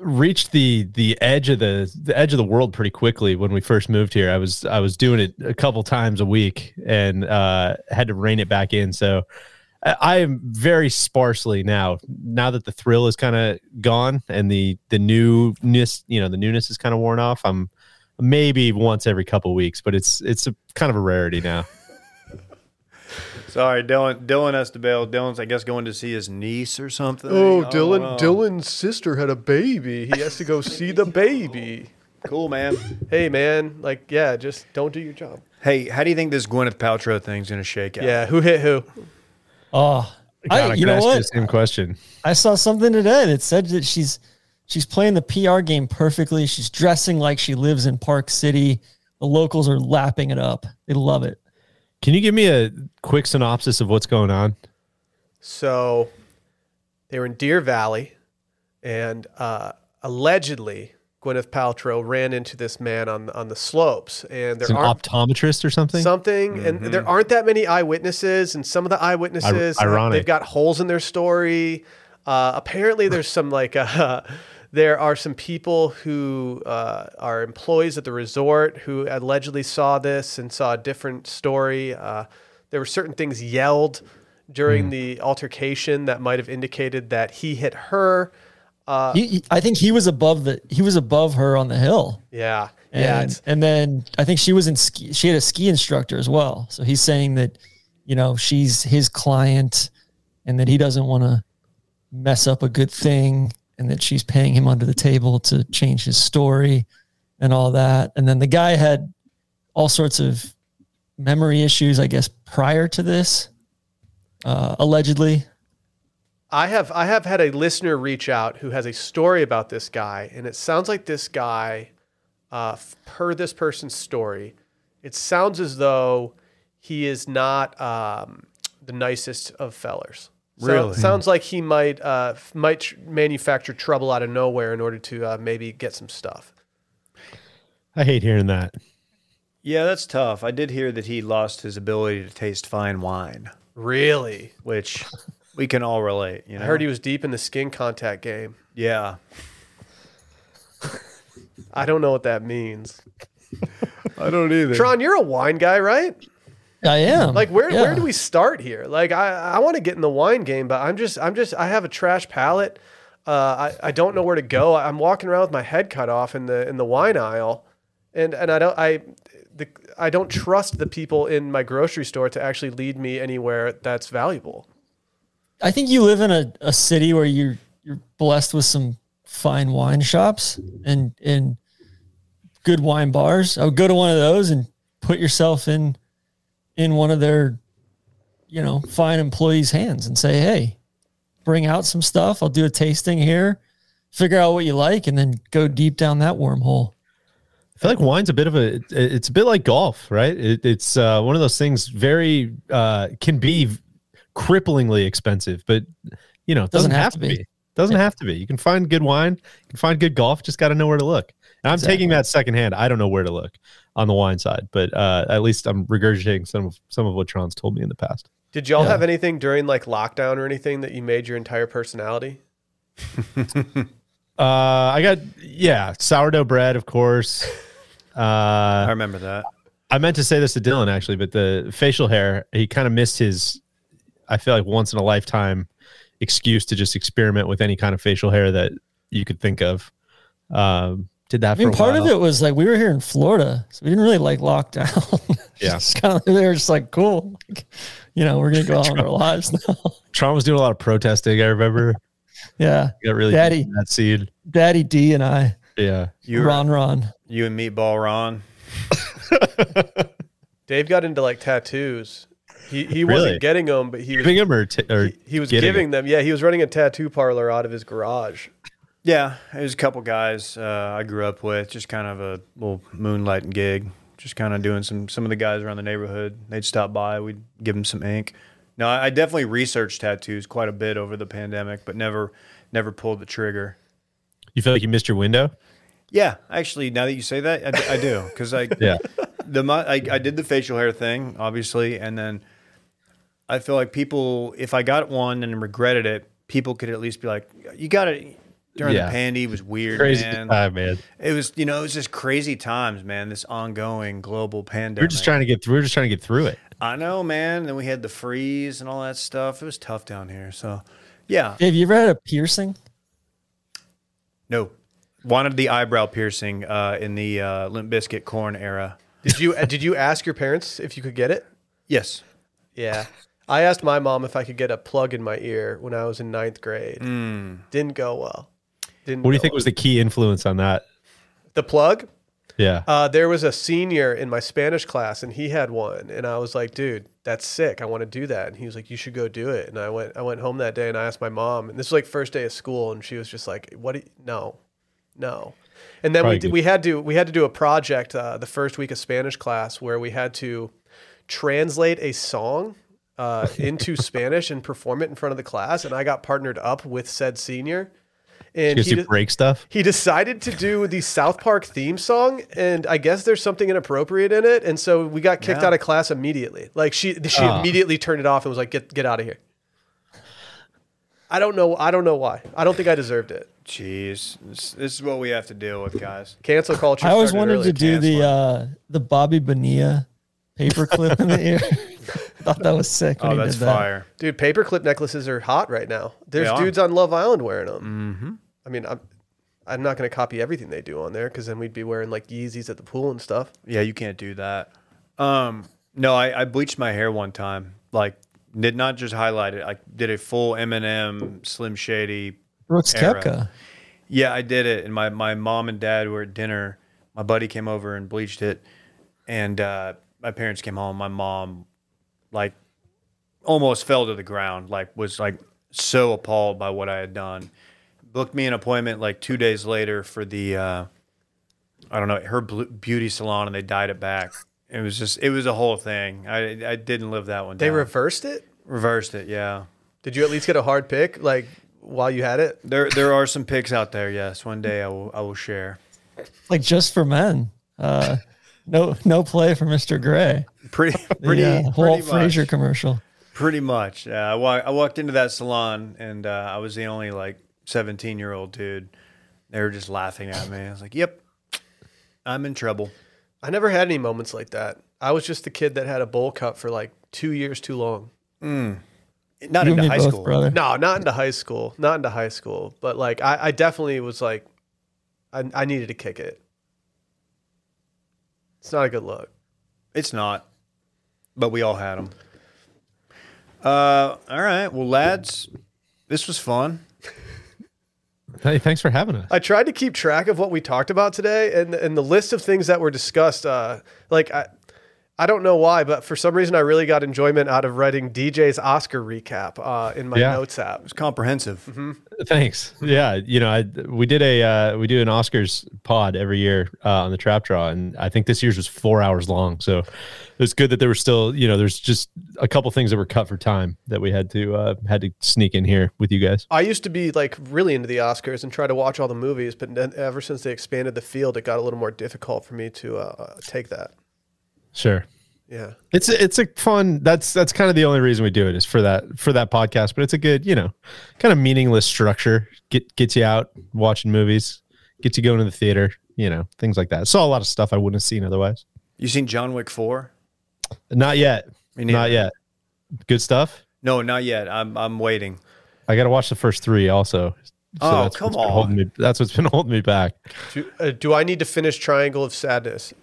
D: reached the the edge of the the edge of the world pretty quickly when we first moved here. I was I was doing it a couple times a week and uh, had to rein it back in. So I, I am very sparsely now. Now that the thrill is kind of gone and the the newness you know the newness is kind of worn off. I'm maybe once every couple weeks, but it's it's a kind of a rarity now.
C: Sorry, Dylan. Dylan has to bail. Dylan's, I guess, going to see his niece or something. Oh, I don't
A: Oh,
C: know.
A: Dylan's sister had a baby. He has to go see the baby.
C: Cool, man.
A: Hey man, like yeah, just don't do your job.
C: Hey, how do you think this Gwyneth Paltrow thing's gonna shake out?
A: Yeah, who hit who?
E: Oh, I,
D: God,
E: you
D: could
E: know
D: ask
E: what?
D: The same question.
E: I saw something today that said that she's she's playing the PR game perfectly. She's dressing like she lives in Park City. The locals are lapping it up. They love it.
D: Can you give me a quick synopsis of what's going on?
A: So they were in Deer Valley, and uh, allegedly Gwyneth Paltrow ran into this man on on the slopes, and
D: It's
A: there
D: an
A: aren't
D: optometrist or something.
A: something, and there aren't that many eyewitnesses, and some of the eyewitnesses
D: Ir- ironic.
A: they've got holes in their story. Uh, apparently, there's some like uh, [LAUGHS] there are some people who uh, are employees at the resort who allegedly saw this and saw a different story. Uh, there were certain things yelled during the altercation that might have indicated that he hit her.
E: He- he- I think he was above the he was above her on the hill.
A: Yeah, yeah,
E: And,
A: it's,
E: and then I think she was in ski. She had a ski instructor as well. So he's saying that, you know, she's his client, and that he doesn't want to mess up a good thing, and that she's paying him under the table to change his story, and all that. And then the guy had all sorts of memory issues, I guess, prior to this, uh, allegedly.
A: I have I have had a listener reach out who has a story about this guy, and it sounds like this guy, uh, f- per this person's story, it sounds as though he is not um, the nicest of fellers. So
C: Really?
A: it sounds like he might uh, f- might tr- manufacture trouble out of nowhere in order to uh, maybe get some stuff.
D: I hate hearing that.
C: Yeah, that's tough. I did hear that he lost his ability to taste fine wine,
A: Really,
C: which we can all relate. You know,
A: I heard he was deep in the skin contact game.
C: Yeah,
A: I don't know what that means.
C: I don't either.
A: Tron, you're a wine guy, right?
E: I am
A: Like where
E: Yeah.
A: where do we start here? Like I I want to get in the wine game, but I'm just I'm just I have a trash palate. Uh, I I don't know where to go. I'm walking around with my head cut off in the in the wine aisle, and and I don't I the I don't trust the people in my grocery store to actually lead me anywhere that's valuable.
E: I think you live in a, a city where you're you're blessed with some fine wine shops and and good wine bars. I would go to one of those and put yourself in in one of their you know fine employees' hands and say, "Hey, bring out some stuff. I'll do a tasting here. Figure out what you like, and then go deep down that wormhole."
D: I feel like wine's a bit of a it- it's a bit like golf, right? It, it's uh, one of those things very uh, can be cripplingly expensive, but you know, it doesn't, have, to be. Doesn't have to be. You can find good wine, you can find good golf, just got to know where to look. And I'm taking that secondhand. I don't know where to look on the wine side, but uh, at least I'm regurgitating some of some of what Tron's told me in the past.
A: Did y'all
E: Yeah.
A: have anything during like lockdown or anything that you made your entire personality?
D: Uh, I got yeah, sourdough bread, of [LAUGHS] course. Uh,
C: I remember that.
D: I meant to say this to Dylan actually, but the facial hair, he kind of missed his, I feel like once in a lifetime excuse to just experiment with any kind of facial hair that you could think of. Um, did that
E: I mean,
D: for a
E: part
D: while.
E: of it was like we were here in Florida, so we didn't really like lockdown. [LAUGHS]
D: Yeah.
E: just kind of, they were just like, cool, like, you know, we're gonna go
D: [LAUGHS]
E: out on our lives now.
D: Tron was doing a lot of protesting. I remember
E: yeah,
D: He got really deep
E: Daddy.
D: in that seed.
E: Daddy D and I,
D: Yeah.
C: You, were-
E: Ron, Ron.
C: you and Meatball Ron.
A: Dave got into like tattoos. He he
D: Really?
A: wasn't getting them, but he was
D: Giving him or, t- or
A: he, he was
D: getting
A: giving them. Yeah, he was running a tattoo parlor out of his garage.
C: Yeah, it was a couple guys uh, I grew up with, just kind of a little moonlighting gig, just kind of doing some some of the guys around the neighborhood. They'd stop by, we'd give them some ink. No, I I definitely researched tattoos quite a bit over the pandemic, but never never pulled the trigger.
D: you feel like you missed your window?
C: Yeah, actually, now that you say that, I d- I, do because I
A: [LAUGHS]
D: Yeah.
C: the mo- I, I did the facial hair thing obviously, and then I feel like people, if I got one and regretted it, people could at least be like, "You got it." During
D: Yeah.
C: the pandy was weird,
D: Crazy
C: man.
D: time, man.
C: It was, you know, it was just crazy times, man. This ongoing global pandemic.
D: We are just trying to get through. We are just trying to get through it.
C: I know, man. Then we had the freeze and all that stuff. It was tough down here. So, yeah,
E: Dave, you ever had a piercing?
C: no. Wanted the eyebrow piercing uh, in the uh, Limp Biscuit corn era.
A: Did you did you ask your parents if you could get it?
C: Yes.
A: Yeah. I asked my mom if I could get a plug in my ear when I was in ninth grade. Didn't go well. Didn't
D: What do you
A: go
D: think
A: well.
D: was the key influence on that?
A: the plug?
D: Yeah.
A: Uh, there was a senior in my Spanish class, and he had one, and I was like, "Dude, that's sick. I want to do that." And he was like, "You should go do it." And I went. I went home that day, and I asked my mom, and this was like first day of school, and she was just like, "What? do you- no, no." And then
D: Probably
A: we did,
D: good.
A: we had to we had to do a project uh, the first week of Spanish class where we had to translate a song
D: [LAUGHS]
A: uh, into Spanish and perform it in front of the class, and I got partnered up with said senior. And
D: Because
A: he
D: you
A: did-
D: break stuff.
A: he decided to do the South Park theme song, and I guess there's something inappropriate in it, and so we got kicked
C: Yeah.
A: out of class immediately. Like she, she
D: Ah.
A: immediately turned it off and was like, "Get, get out of here." I don't know. I don't know why. I don't think I deserved it.
C: Jeez, this, this is what we have to deal with, guys.
A: Cancel culture.
E: I always
A: started
E: wanted
A: early.
E: to do the uh, the Bobby Bonilla paperclip in the
C: [LAUGHS]
E: ear. [LAUGHS] Thought that was sick. When
C: Oh,
E: he
C: that's
E: did that.
C: fire.
A: dude. Paperclip necklaces are hot right now. There's
C: They are.
A: dudes on Love Island wearing them. Mm-hmm. I mean, I'm, I'm not going to copy everything they do on there because then we'd be wearing like Yeezys at the pool and stuff.
C: Yeah, you can't do that. Um, no, I, I bleached my hair one time. Like, did not just highlight it. I did a full Eminem, Slim Shady.
E: Brooks
C: Era.
E: Koepka.
C: Yeah, I did it. And my my mom and dad were at dinner. My buddy came over and bleached it, and uh, my parents came home. My mom, like, almost fell to the ground. Like, was like so appalled by what I had done. Booked me an appointment like two days later for the. Uh, I don't know her blu- beauty salon, and they dyed it back. It was just, it was a whole thing. I, I didn't live that one.
A: They
C: down.
A: reversed it.
C: reversed it. Yeah,
A: Did you at least get a hard pick like while you had it?
C: there, there are some pics out there. Yes, one day I will, I will share.
E: Like just for men. Uh, no, no play for Mr. Gray. [LAUGHS]
C: Pretty,
E: The
C: pretty,
E: uh,
C: pretty
E: Walt
C: much.
E: Frazier commercial.
C: Pretty much. Uh, I, wa- I walked into that salon and uh, I was the only like 17 year old dude. They were just laughing at me. I was like, yep, I'm in trouble.
A: I never had any moments like that. I was just the kid that had a bowl cut for like two years too long.
C: Not
E: You and
C: into
E: me
C: high
E: both,
C: school.
E: brother.
A: No, not into high school. Not into high school. But like, I, I definitely was like, I, I needed to kick it. It's not a good look.
C: It's not, but we all had them. Uh, all right. Well, lads, this was fun.
D: Hey, thanks for having us.
A: I tried to keep track of what we talked about today, and and the list of things that were discussed. Uh, like I, I don't know why, but for some reason, I really got enjoyment out of writing DJ's Oscar recap uh, in my
D: Yeah.
A: notes app.
C: It's comprehensive.
D: Thanks. Yeah, you know, I, we did a uh, we do an Oscars pod every year uh, on the Trap Draw, and I think this year's was four hours long. So it's good that there were still, you know, there's just a couple things that were cut for time that we had to uh, had to sneak in here with you guys.
A: I used to be like really into the Oscars and try to watch all the movies, but then ever since they expanded the field, it got a little more difficult for me to uh, uh, take that.
D: Sure.
A: Yeah,
D: It's a, it's a fun. That's that's kind of the only reason we do it is for that for that podcast. But it's a good, you know, kind of meaningless structure. Get gets you out watching movies, gets you going to the theater, you know, things like that. Saw a lot of stuff I wouldn't have seen otherwise.
C: You seen John Wick 4?
D: Not yet.
C: Me
D: Not
C: neither.
D: yet. Good stuff.
C: No, not yet. I'm, I'm waiting.
D: I got to watch the first three also. So
C: Oh,
D: that's
C: come
D: what's been holding me- that's what's been [LAUGHS] holding me back.
A: do, uh, do I need to finish Triangle of Sadness?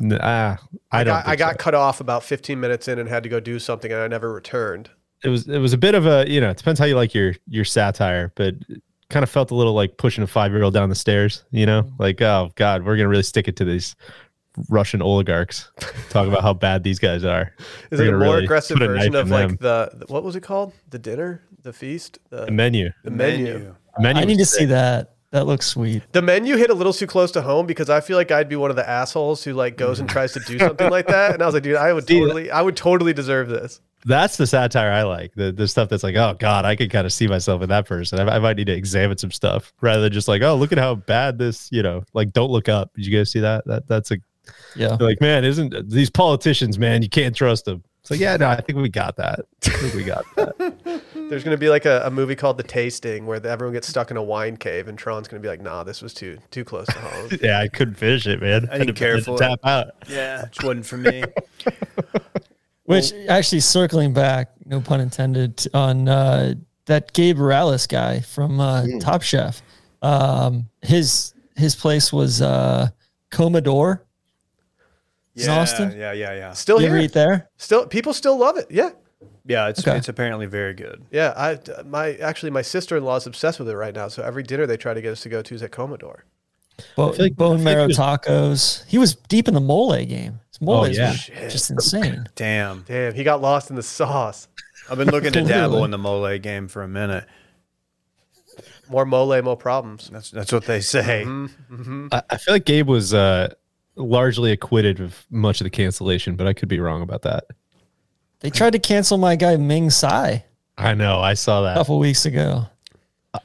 D: N- ah, I, don't.
A: got, I
D: think
A: got
D: so.
A: cut off about 15 minutes in and had to go do something, and I never returned.
D: It was it was a bit of a you know it depends how you like your your satire, but it kind of felt a little like pushing a five year old down the stairs. You know, like oh god, we're gonna really stick it to these Russian oligarchs. Talk about how bad these guys are.
A: Is
D: We're
A: it a
D: gonna
A: more
D: really
A: aggressive
D: put a
A: version
D: knife
A: of
D: in
A: like
D: them.
A: the what was it called? The dinner, the feast, the,
D: the menu?
A: the menu.
D: menu
E: I need to
D: was
E: see that. That looks sweet.
A: The menu hit a little too close to home because I feel like I'd be one of the assholes who like goes and tries to do something like that. And I was like, dude, I
D: [LAUGHS]
A: would totally, I would totally deserve this.
D: That's the satire I like. The the stuff that's like, oh God, I could kind of see myself in that person. I, I might need to examine some stuff rather than just like, oh, look at how bad this, you know, like don't look up. Did you guys see that? That that's a
E: Yeah.
D: like, man, isn't these politicians, man, you can't trust them. It's like, yeah, no, I think we got that. I think we got that.
A: There's gonna be like a, a movie called The Tasting where the, everyone gets stuck in a wine cave, and Tron's gonna be like, "Nah, this was too too close to
E: [LAUGHS]
A: home."
D: yeah, I couldn't finish it, man.
C: I didn't
D: Had to-
C: care
D: had to
C: for it.
D: tap out.
C: Yeah, it wasn't for
E: [LAUGHS]
C: me.
E: Which actually, circling back, no pun intended, on uh, that Gabe Rallis guy from uh,
C: Hmm.
E: Top Chef. Um, his his place was uh, Commodore.
C: Yeah,
E: Austin?
C: Yeah, yeah, yeah.
A: Still
E: you
A: here,
E: ever eat there?
A: still people still love it. Yeah,
C: Yeah, it's
E: Okay.
C: it's apparently very good.
A: Yeah, I my actually my sister in law is obsessed with it right now. So every dinner they try to get us to go to is at Commodore.
E: Bo-
D: feel like- I
E: bone
D: feel like
E: marrow
D: he was-
E: tacos. He was deep in the mole game. His
D: Oh,
E: mole
D: yeah.
E: just insane.
C: Damn,
A: Damn, he got lost in the sauce.
C: I've been looking to dabble
E: Literally.
C: in the mole game for a minute.
A: More mole, more problems.
C: That's that's what they say.
D: I, I feel like Gabe was uh, largely acquitted of much of the cancellation, but I could be wrong about that.
E: They tried to cancel my guy Ming Tsai
D: I know. I saw
E: a
D: that.
E: couple weeks ago.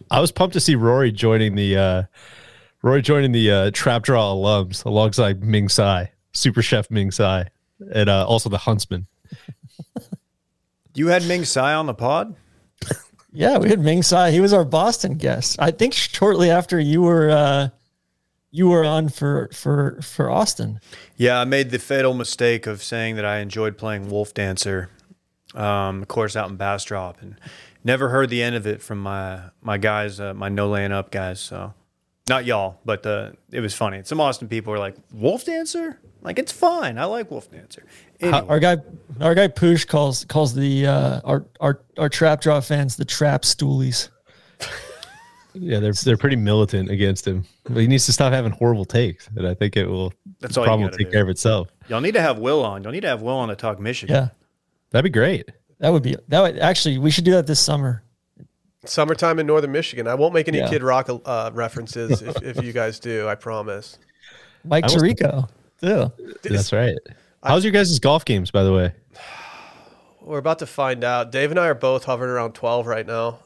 D: I was pumped to see Rory joining the uh, Rory joining the uh, Trap Draw alums alongside Ming Tsai, Super Chef Ming Tsai, and uh, also the Huntsman.
C: You had Ming Tsai on the pod.
E: Yeah, we had Ming Tsai. He was our Boston guest. I think shortly after you were uh, you were on for for for Austin.
C: Yeah, I made the fatal mistake of saying that I enjoyed playing Wolf Dancer, um, of course, out in Bastrop, and never heard the end of it from my my guys, uh, my no laying up guys. So, not y'all, but uh, it was funny. Some Austin people were like, "Wolf Dancer." Like it's fine. I like Wolf Dancer. Anyway,
E: Our guy our guy Poosh calls calls the uh, our our our trap draw fans the trap stoolies.
D: Yeah, they're they're pretty militant against him. But he needs to stop having horrible takes, and I think it will.
C: That's
D: the
C: all you
D: problem will
C: gotta
D: take
C: do.
D: care of itself.
C: y'all need to have Will on. Y'all need to have Will on to talk Michigan.
E: Yeah.
D: That'd be great.
E: That would be that would actually we should do that this summer.
A: Summertime in northern Michigan. I won't make any
E: Yeah.
A: Kid Rock uh, references if, if you guys do. I promise.
E: Mike
D: was-
E: Tirico. Yeah.
D: That's right. How's your guys' golf games, by the way?
A: We're about to find out. Dave and I are both hovering around twelve right now.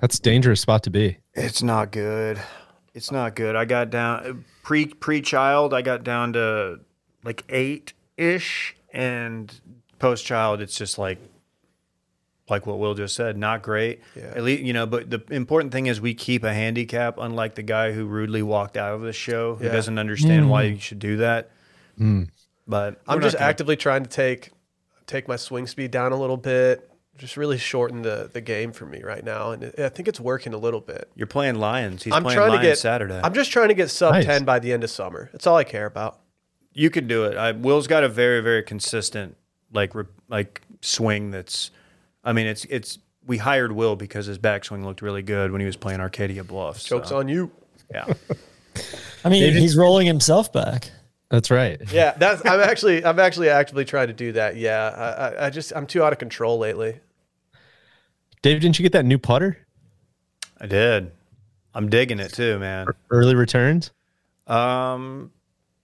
D: That's a dangerous spot to be.
C: It's not good. It's not good. I got down pre pre child. I got down to like eight ish, and post child, it's just like like what Will just said. Not great.
A: Yeah.
C: At least you know. But the important thing is we keep a handicap. Unlike the guy who rudely walked out of the show, who
A: Yeah.
C: doesn't understand why you should do that. But
A: I'm
C: we're
A: just
C: not gonna-
A: actively trying to take take my swing speed down a little bit. Just really shorten the the game for me right now, and I think it's working a little bit.
C: You're playing Lions. He's
A: I'm
C: playing
A: trying
C: Lions
A: to get
C: Saturday.
A: I'm just trying to get sub
D: Nice.
A: ten by the end of summer. That's all I care about.
C: You could do it. I, Will's got a very, very consistent like re, like swing. That's, I mean, it's it's. We hired Will because his backswing looked really good when he was playing Arcadia Bluffs.
A: Jokes on you.
C: Yeah,
E: I mean, he's rolling himself back.
D: That's right.
A: Yeah, that's. I'm actually. I'm actually actively trying to do that. Yeah, I, I, I just. I'm too out of control lately.
D: Dave, didn't you get that new putter?
C: I did. I'm digging it too, man.
D: Early returns?
C: Um,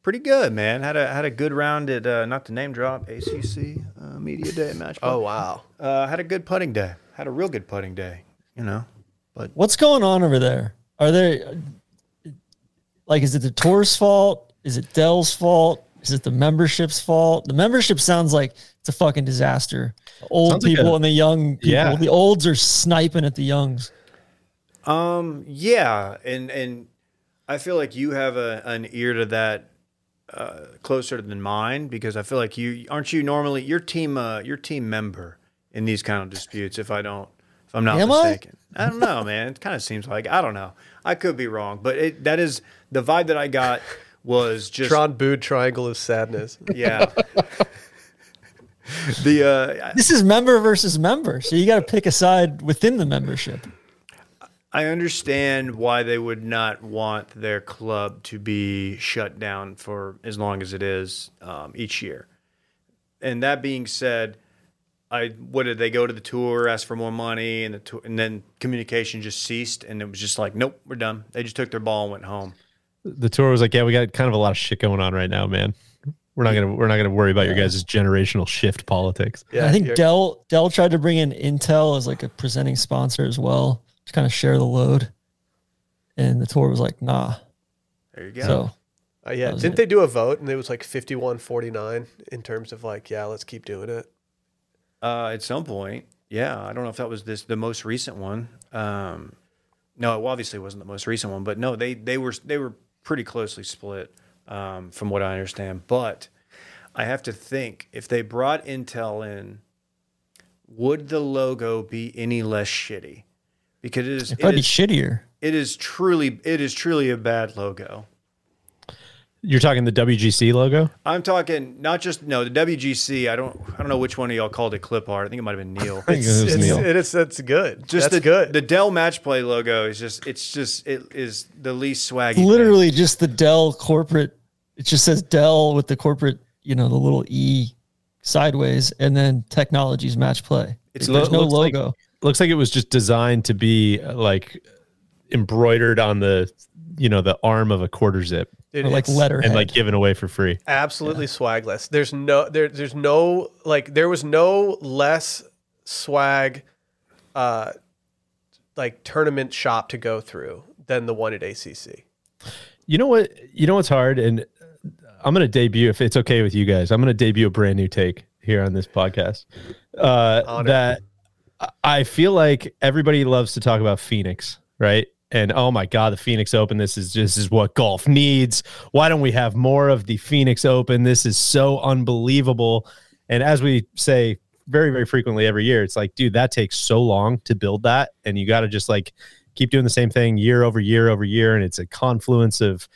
C: pretty good, man. Had a had a good round at uh, not to name drop ACC uh, Media Day match.
A: Oh wow.
C: uh, had a good putting day. Had a real good putting day. You know,
E: What's going on over there? Are there like is it the tour's fault? Is it Dell's fault? Is it the membership's fault? The membership sounds like it's a fucking disaster. The old
D: Sounds like
E: people
D: a-
E: and the young people.
D: Yeah.
E: The olds are sniping at the youngs.
C: Um, yeah, and and I feel like you have a an ear to that uh, closer than mine because I feel like you aren't you normally your team uh your team member in these kind of disputes if I don't if I'm not
E: Am I?
C: mistaken. I? don't know, man. It kind of seems like I don't know. I could be wrong, but it, that is the vibe that I got was
A: [LAUGHS]
C: just
A: Tron booed triangle of
E: [LAUGHS]
A: sadness.
C: yeah. [LAUGHS] the uh,
E: This is member versus member. So you got to pick a side within the membership.
C: I understand why they would not want their club to be shut down for as long as it is um, each year. And that being said, I what did they go to the tour, ask for more money, and the tour, and then communication just ceased, and it was just like, nope, we're done. They just took their ball and went home.
D: The tour was like, Yeah, we got kind of a lot of shit going on right now, man. We're not gonna we're not gonna worry about your guys' generational shift politics.
A: Yeah,
E: I think
A: you're-
E: Dell Dell tried to bring in Intel as like a presenting sponsor as well to kind of share the load. And the tour was like, nah.
C: There you go.
E: So
A: uh, yeah.
E: was
A: Didn't
E: it.
A: they do a vote and it was like 51 49 in terms of like, yeah, let's keep doing it.
C: Uh, at some point, yeah. I don't know if that was this the most recent one. Um, no, it obviously wasn't the most recent one, but no, they they were they were pretty closely split, um, from what I understand. But I have to think if they brought Intel in, would the logo be any less shitty? Because it is
E: it'd
C: it
E: probably be
C: is,
E: shittier.
C: it is truly it is truly a bad logo.
D: You're talking the WGC logo?
C: I'm talking not just no the WGC. I don't I don't know which one of y'all called it clip art. I think it might have been Neil.
D: I think it was
A: It's,
D: Neil.
A: it is, it's good.
C: just
A: Just That's
C: the
A: good.
C: the Dell Match Play logo is just it's just it is the least swaggy. thing.
E: Literally just the Dell corporate. It just says Dell with the corporate, you know, the little E sideways, and then technologies match play.
C: It's
E: There's
D: lo-
E: no
D: looks like-
E: logo.
D: Looks like it was just designed to be uh, like embroidered on the you know the arm of a quarter zip
A: Dude,
E: or like
A: it's
E: letterhead.
D: and like given away for free.
A: absolutely swagless. There's no there there's no like there was no less swag uh like tournament shop to go through than the one at ACC.
D: You know what? You know what's hard, and I'm gonna debut if it's okay with you guys. I'm gonna debut a brand new take here on this podcast. Uh,
A: On it.
D: that I feel like everybody loves to talk about Phoenix, right? And oh my God, the Phoenix Open. This is this is what golf needs. Why don't we have more of the Phoenix Open? This is so unbelievable. And as we say very very frequently every year, it's like, dude, that takes so long to build that, and you got to just like keep doing the same thing year over year over year, and it's a confluence of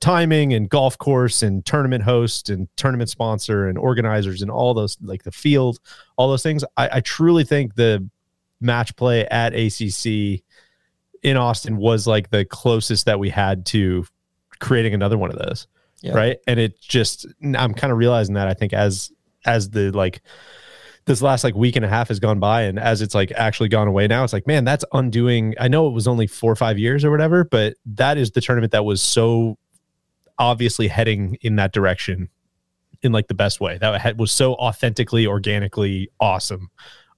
D: timing and golf course and tournament host and tournament sponsor and organizers and all those like the field all those things i, I truly think the match play at acc in austin was like the closest that we had to creating another one of those
E: Yeah.
D: right and it just i'm kind of realizing that i think as as the like this last like week and a half has gone by and as it's like actually gone away now it's like man that's undoing i know it was only four or five years or whatever but that is the tournament that was so obviously heading in that direction in like the best way that had, was so authentically organically awesome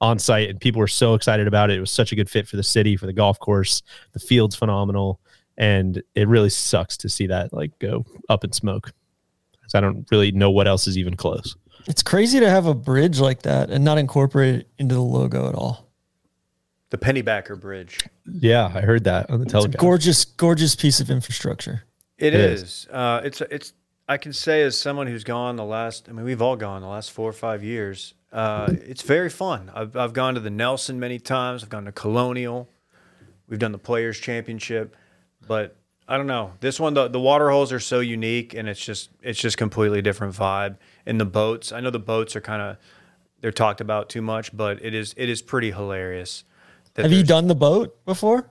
D: on site and people were so excited about it it was such a good fit for the city for the golf course the field's phenomenal and it really sucks to see that like go up in smoke 'Cause i don't really know what else is even close
E: It's crazy to have a bridge like that and not incorporate it into the logo at all.
C: the Pennybacker Bridge.
D: yeah i heard that on the
E: It's a
D: telecast
E: gorgeous, gorgeous piece of infrastructure.
C: It
D: It
C: is. Uh, it's it's. I can say as someone who's gone the last. I mean, we've all gone the last four or five years. Uh, it's very fun. I've I've gone to the Nelson many times. I've gone to Colonial. We've done the Players Championship, but I don't know. This one, the the water holes are so unique, and it's just it's just completely different vibe. And the boats, I know the boats are kind of they're talked about too much, but it is it is pretty hilarious. that
E: Have you
C: there's-
E: done the boat before?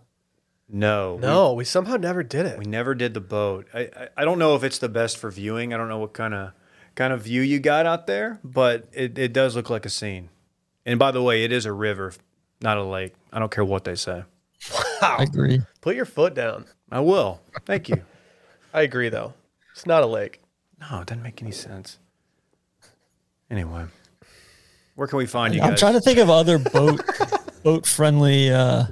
C: No, we-
A: No, we somehow never did it.
C: we never did the boat. I, I, I don't know if it's the best for viewing. I don't know what kind of kind of view you got out there, but it, it does look like a scene. And by the way, it is a river, not a lake. I don't care what they say.
E: I agree.
A: Put your foot down.
C: I will. Thank
E: [LAUGHS]
C: you.
A: I agree though. It's not a lake.
C: no, it doesn't make any sense. Anyway, where can we find you guys?
E: I'm trying to think of other boat [LAUGHS] boat friendly uh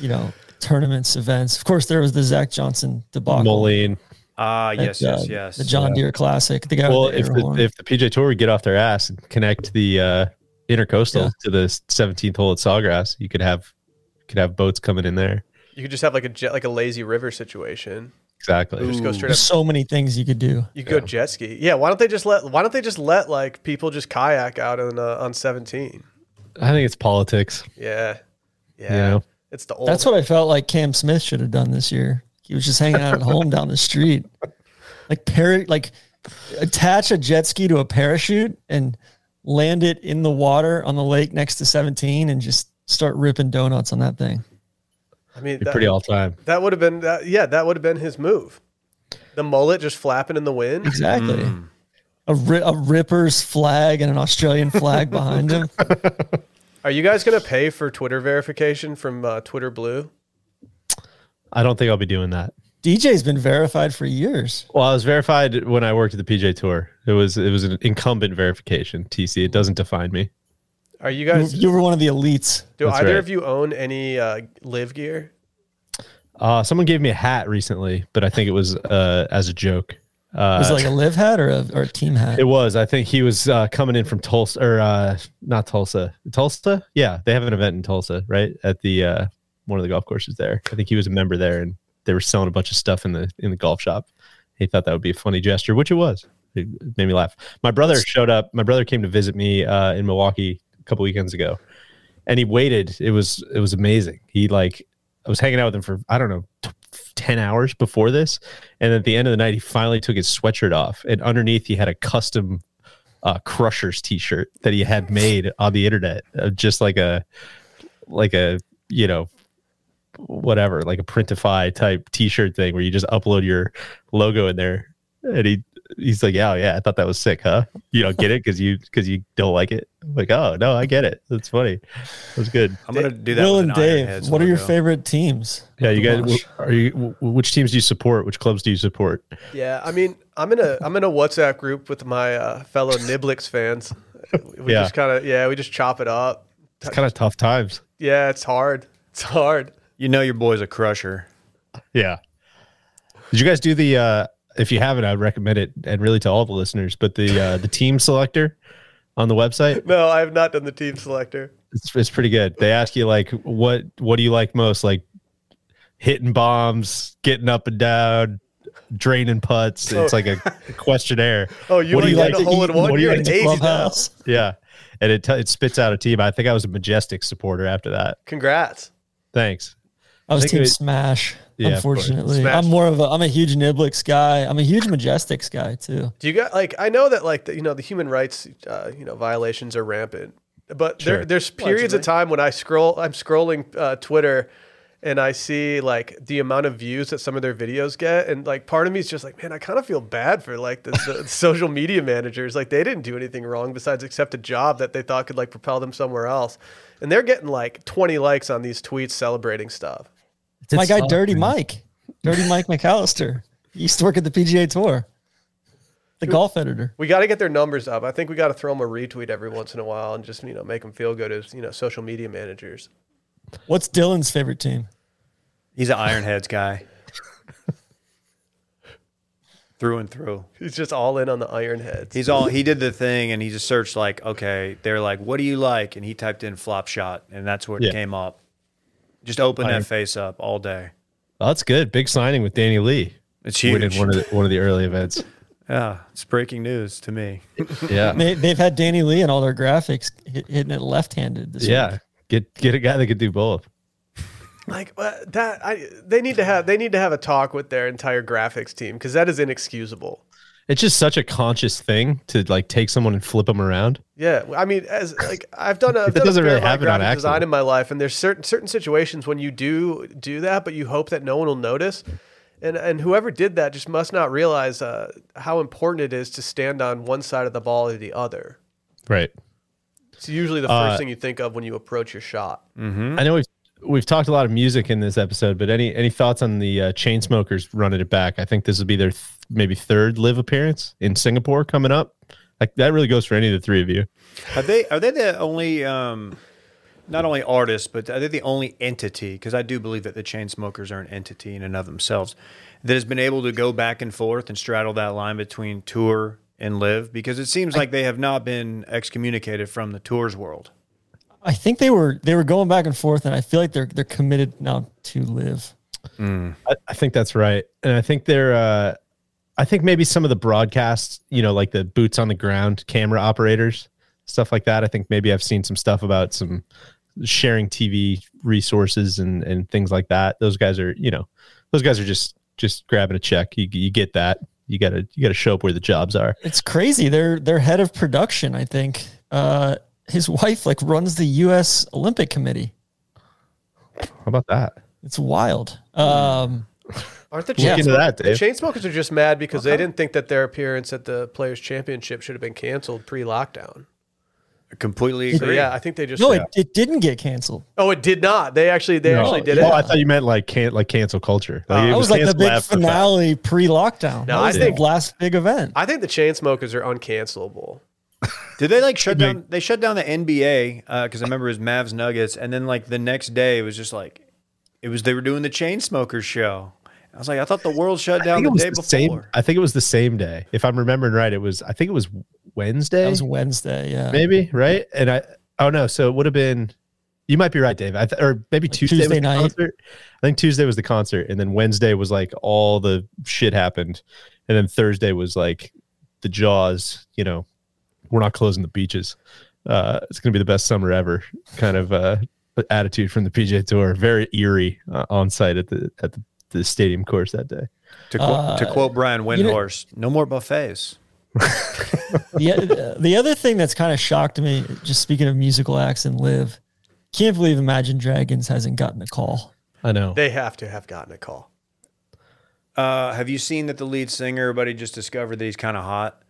E: you know tournaments events. Of course there was the Zach Johnson debacle.
D: Moline.
C: Ah,
E: at,
C: yes,
E: uh,
C: yes, yes.
E: The John Deere Classic. The guy
D: well
E: with the
D: if
E: air
D: the,
E: horn.
D: if the pj tour would get off their ass and connect the uh intercoastal
E: Yeah.
D: to the 17th hole at sawgrass you could have could have boats coming in there
A: You could just have like a jet, like a lazy river situation.
D: exactly
A: Just go
C: Ooh.
A: straight up.
E: There's so many things you could do.
A: You could go jet ski. Yeah, why don't they just let why don't they just let like people just kayak out on uh, on 17?
D: i think it's politics
A: Yeah. Yeah.
D: Yeah.
A: It's the old
E: That's what I felt like Cam Smith should have done this year. He was just hanging out at home down the street. Like para- like attach a jet ski to a parachute and land it in the water on the lake next to 17 and just start ripping donuts on that thing.
A: I mean
D: You're
A: that,
D: pretty all time.
A: that would have been that, yeah, that would have been his move. The mullet just flapping in the wind.
E: Exactly.
D: Mm.
E: A, ri- a Ripper's flag and an Australian flag
D: [LAUGHS]
E: behind him.
A: Are you guys going to pay for Twitter verification from uh, Twitter Blue?
D: I don't think I'll be doing that.
E: DJ's been verified for years.
D: Well, I was verified when I worked at the PJ Tour. It was it was an incumbent verification. TC. It doesn't define me.
A: Are you
E: You,
A: guys
E: you were one of the elites.
A: do
D: That's
A: either
D: right.
A: of you own any uh, live gear?
D: Uh, someone gave me a hat recently, but I think it was uh, as a joke. Uh,
E: Was it like a live hat or a, or a team hat?
D: It was. I think he was uh, coming in from Tulsa or uh, not Tulsa. Tulsa? Yeah, they have an event in Tulsa, right? At the uh, one of the golf courses there. I think he was a member there and they were selling a bunch of stuff in the in the golf shop. He thought that would be a funny gesture, which it was. It made me laugh. My brother showed up. My brother came to visit me uh, in Milwaukee a couple weekends ago. And he waited. It was it was amazing. He like I was hanging out with him for I don't know t- 10 hours before this. And at the end of the night, he finally took his sweatshirt off. And underneath, he had a custom uh, Crushers t shirt that he had made on the internet, uh, just like a, like a, you know, whatever, like a printify type t shirt thing where you just upload your logo in there. And he, he's like, yeah, oh, yeah, I thought that was sick, huh? You don't get it because you because you don't like it. I'm like, oh no, I get it. That's funny. That's good.
C: I'm gonna do that.
E: Will
C: with
E: and
C: an
E: Dave,
C: Ironheads
E: what are your
C: logo.
E: favorite teams?
D: Yeah, you
E: to
D: guys.
E: watch?
D: wh- Are you? wh- Which teams do you support? Which clubs do you support?
A: Yeah, I mean, I'm in a I'm in a WhatsApp group with my uh, fellow Niblix fans. We
D: Yeah.
A: just kind of yeah, we just chop it up.
D: It's kind of tough times.
A: Yeah, it's hard. It's hard.
C: You know your boy's a crusher.
D: Yeah. Did you guys do the? uh If you haven't, I would recommend it, and really to all the listeners. But the uh the team selector on the website,
A: No, I have not done the team selector.
D: it's it's pretty good. They ask you like, what what do you like most? Like hitting bombs, getting up and down, draining putts. It's like a questionnaire.
A: Oh, you
D: What do
A: ain't
D: you
A: got
D: like
A: a
D: to
A: hole
D: eat?
A: in one.
D: What do you
A: You're
D: like
A: an
D: to
A: eighty now.
E: Clubhouse.
D: Yeah, and it t- it spits out a team. I think I was a majestic supporter after that.
A: Congrats.
D: Thanks.
E: I was
D: think
E: team
D: it-
E: Smash.
D: Yeah, of course.
E: unfortunately,
A: Smash.
E: I'm more of a I'm a huge Niblix guy. I'm a huge Majestics guy too.
A: Do you got like I know that like the, you know the human rights uh, you know violations are rampant, but there,
D: Sure.
A: there's periods of time when I scroll I'm scrolling uh, Twitter, and I see like the amount of views that some of their videos get, and like part of me is just like man I kind of feel bad for like the, the [LAUGHS] social media managers like they didn't do anything wrong besides accept a job that they thought could like propel them somewhere else, and they're getting like 20 likes on these tweets celebrating stuff.
E: It's my guy,
D: solid,
E: Dirty
D: man.
E: Mike, Dirty Mike McAllister. He used to work at the PGA Tour, the golf editor.
A: We got to get their numbers up. I think we got to throw them a retweet every once in a while and just you know make them feel good as you know social media managers.
E: What's Dylan's favorite team?
C: He's an Ironheads
E: [LAUGHS]
C: guy. through and through.
A: He's just all in on the iron heads.
C: He's all he did the thing and he just searched like, okay, they're like, what do you like? And he typed in flop shot and that's where it
D: Yeah.
C: came up. Just open
D: Iron-
C: that face up all day.
D: Oh, that's good. Big signing with Danny Lee.
C: It's
D: Who did
C: huge.
D: one of the, one of the early events.
C: yeah, it's breaking news to me.
D: Yeah,
E: They, they've had Danny Lee and all their graphics hit, hitting it left-handed. This
D: yeah.
E: week.
D: Get get a guy that could do both.
A: like uh, that. I they need to have they need to have a talk with their entire graphics team because that is inexcusable.
D: It's just such a conscious thing to like take someone and flip them around.
A: Yeah, I mean, as like I've done a I've
D: That
A: done a
D: doesn't
A: fair
D: really
A: amount of
D: happen on
A: graphic design
D: accident.
A: in my life, and there's certain certain situations when you do do that, but you hope that no one will notice. And and whoever did that just must not realize uh, how important it is to stand on one side of the ball or the other.
D: Right.
A: It's usually the first
D: Uh,
A: thing you think of when you approach your shot.
D: I know we've we've talked a lot of music in this episode, but any any thoughts on the uh, Chainsmokers running it back? I think this will be their th- maybe third live appearance in Singapore coming up. Like that really goes for any of the three of you.
C: Are they are they the only um not only artists, but are they the only entity? Because I do believe that the chain smokers are an entity in and of themselves that has been able to go back and forth and straddle that line between tour and live because it seems like they have not been excommunicated from the tours world.
E: I think they were they were going back and forth, and I feel like they're they're committed now to live.
D: I, I think that's right, and I think they're. Uh, I think maybe some of the broadcasts, you know, like the boots on the ground camera operators, stuff like that. I think maybe I've seen some stuff about some sharing TV resources and and things like that. Those guys are, you know, those guys are just just grabbing a check. You you get that. You gotta you gotta show up where the jobs are.
E: It's crazy. Their their head of production, I think, uh, his wife like runs the U.S. Olympic Committee.
D: How about that?
E: It's wild. Um,
A: Aren't the
D: Look
A: chain,
D: into that,
A: the
D: Dave.
A: chain smokers are just mad because they didn't think that their appearance at the Players Championship should have been canceled pre-lockdown.
C: I completely
A: So
C: agree.
A: yeah, I think they just
E: no, it, it didn't get canceled.
A: oh it did not. They actually they actually did
D: oh,
A: it.
D: I thought you meant like can like cancel culture. Like, it
E: That was like the
D: canceled
E: big
D: after the fact.
E: finale pre-lockdown.
A: No,
E: that
A: I
E: was
A: think-
E: the last big event.
A: I think the chain smokers are uncancelable.
C: Did they like shut
D: Big-
C: down? They shut down the NBA because uh, I remember it was Mavs Nuggets, and then like the next day it was just like it was they were doing the chain smokers show. I was like, I thought the world shut
D: I
C: down
D: think it
C: the
D: was
C: day
D: the same.
C: before.
D: I think it was the same day. If I'm remembering right, it was. I think it was Wednesday.
E: that was Wednesday. Yeah,
D: maybe right and i oh no so it would have been you might be right dave I th- or maybe tuesday, was
E: Tuesday
D: the
E: night.
D: concert. i think tuesday was the concert and then wednesday was like all the shit happened and then thursday was like the jaws you know we're not closing the beaches uh it's gonna be the best summer ever kind of uh attitude from the pj tour very eerie uh, on site at the at the the stadium course that day.
C: To, qu- to
E: Uh,
C: quote Brian
E: know-
C: Windhorst, no more buffets.
E: the, uh, the other thing that's kind of shocked me, just speaking of musical acts and live, can't believe Imagine Dragons hasn't gotten a call.
D: I know.
A: They have to have gotten a call.
C: Uh, have you seen that the lead singer, buddy, just discovered that he's kind of hot?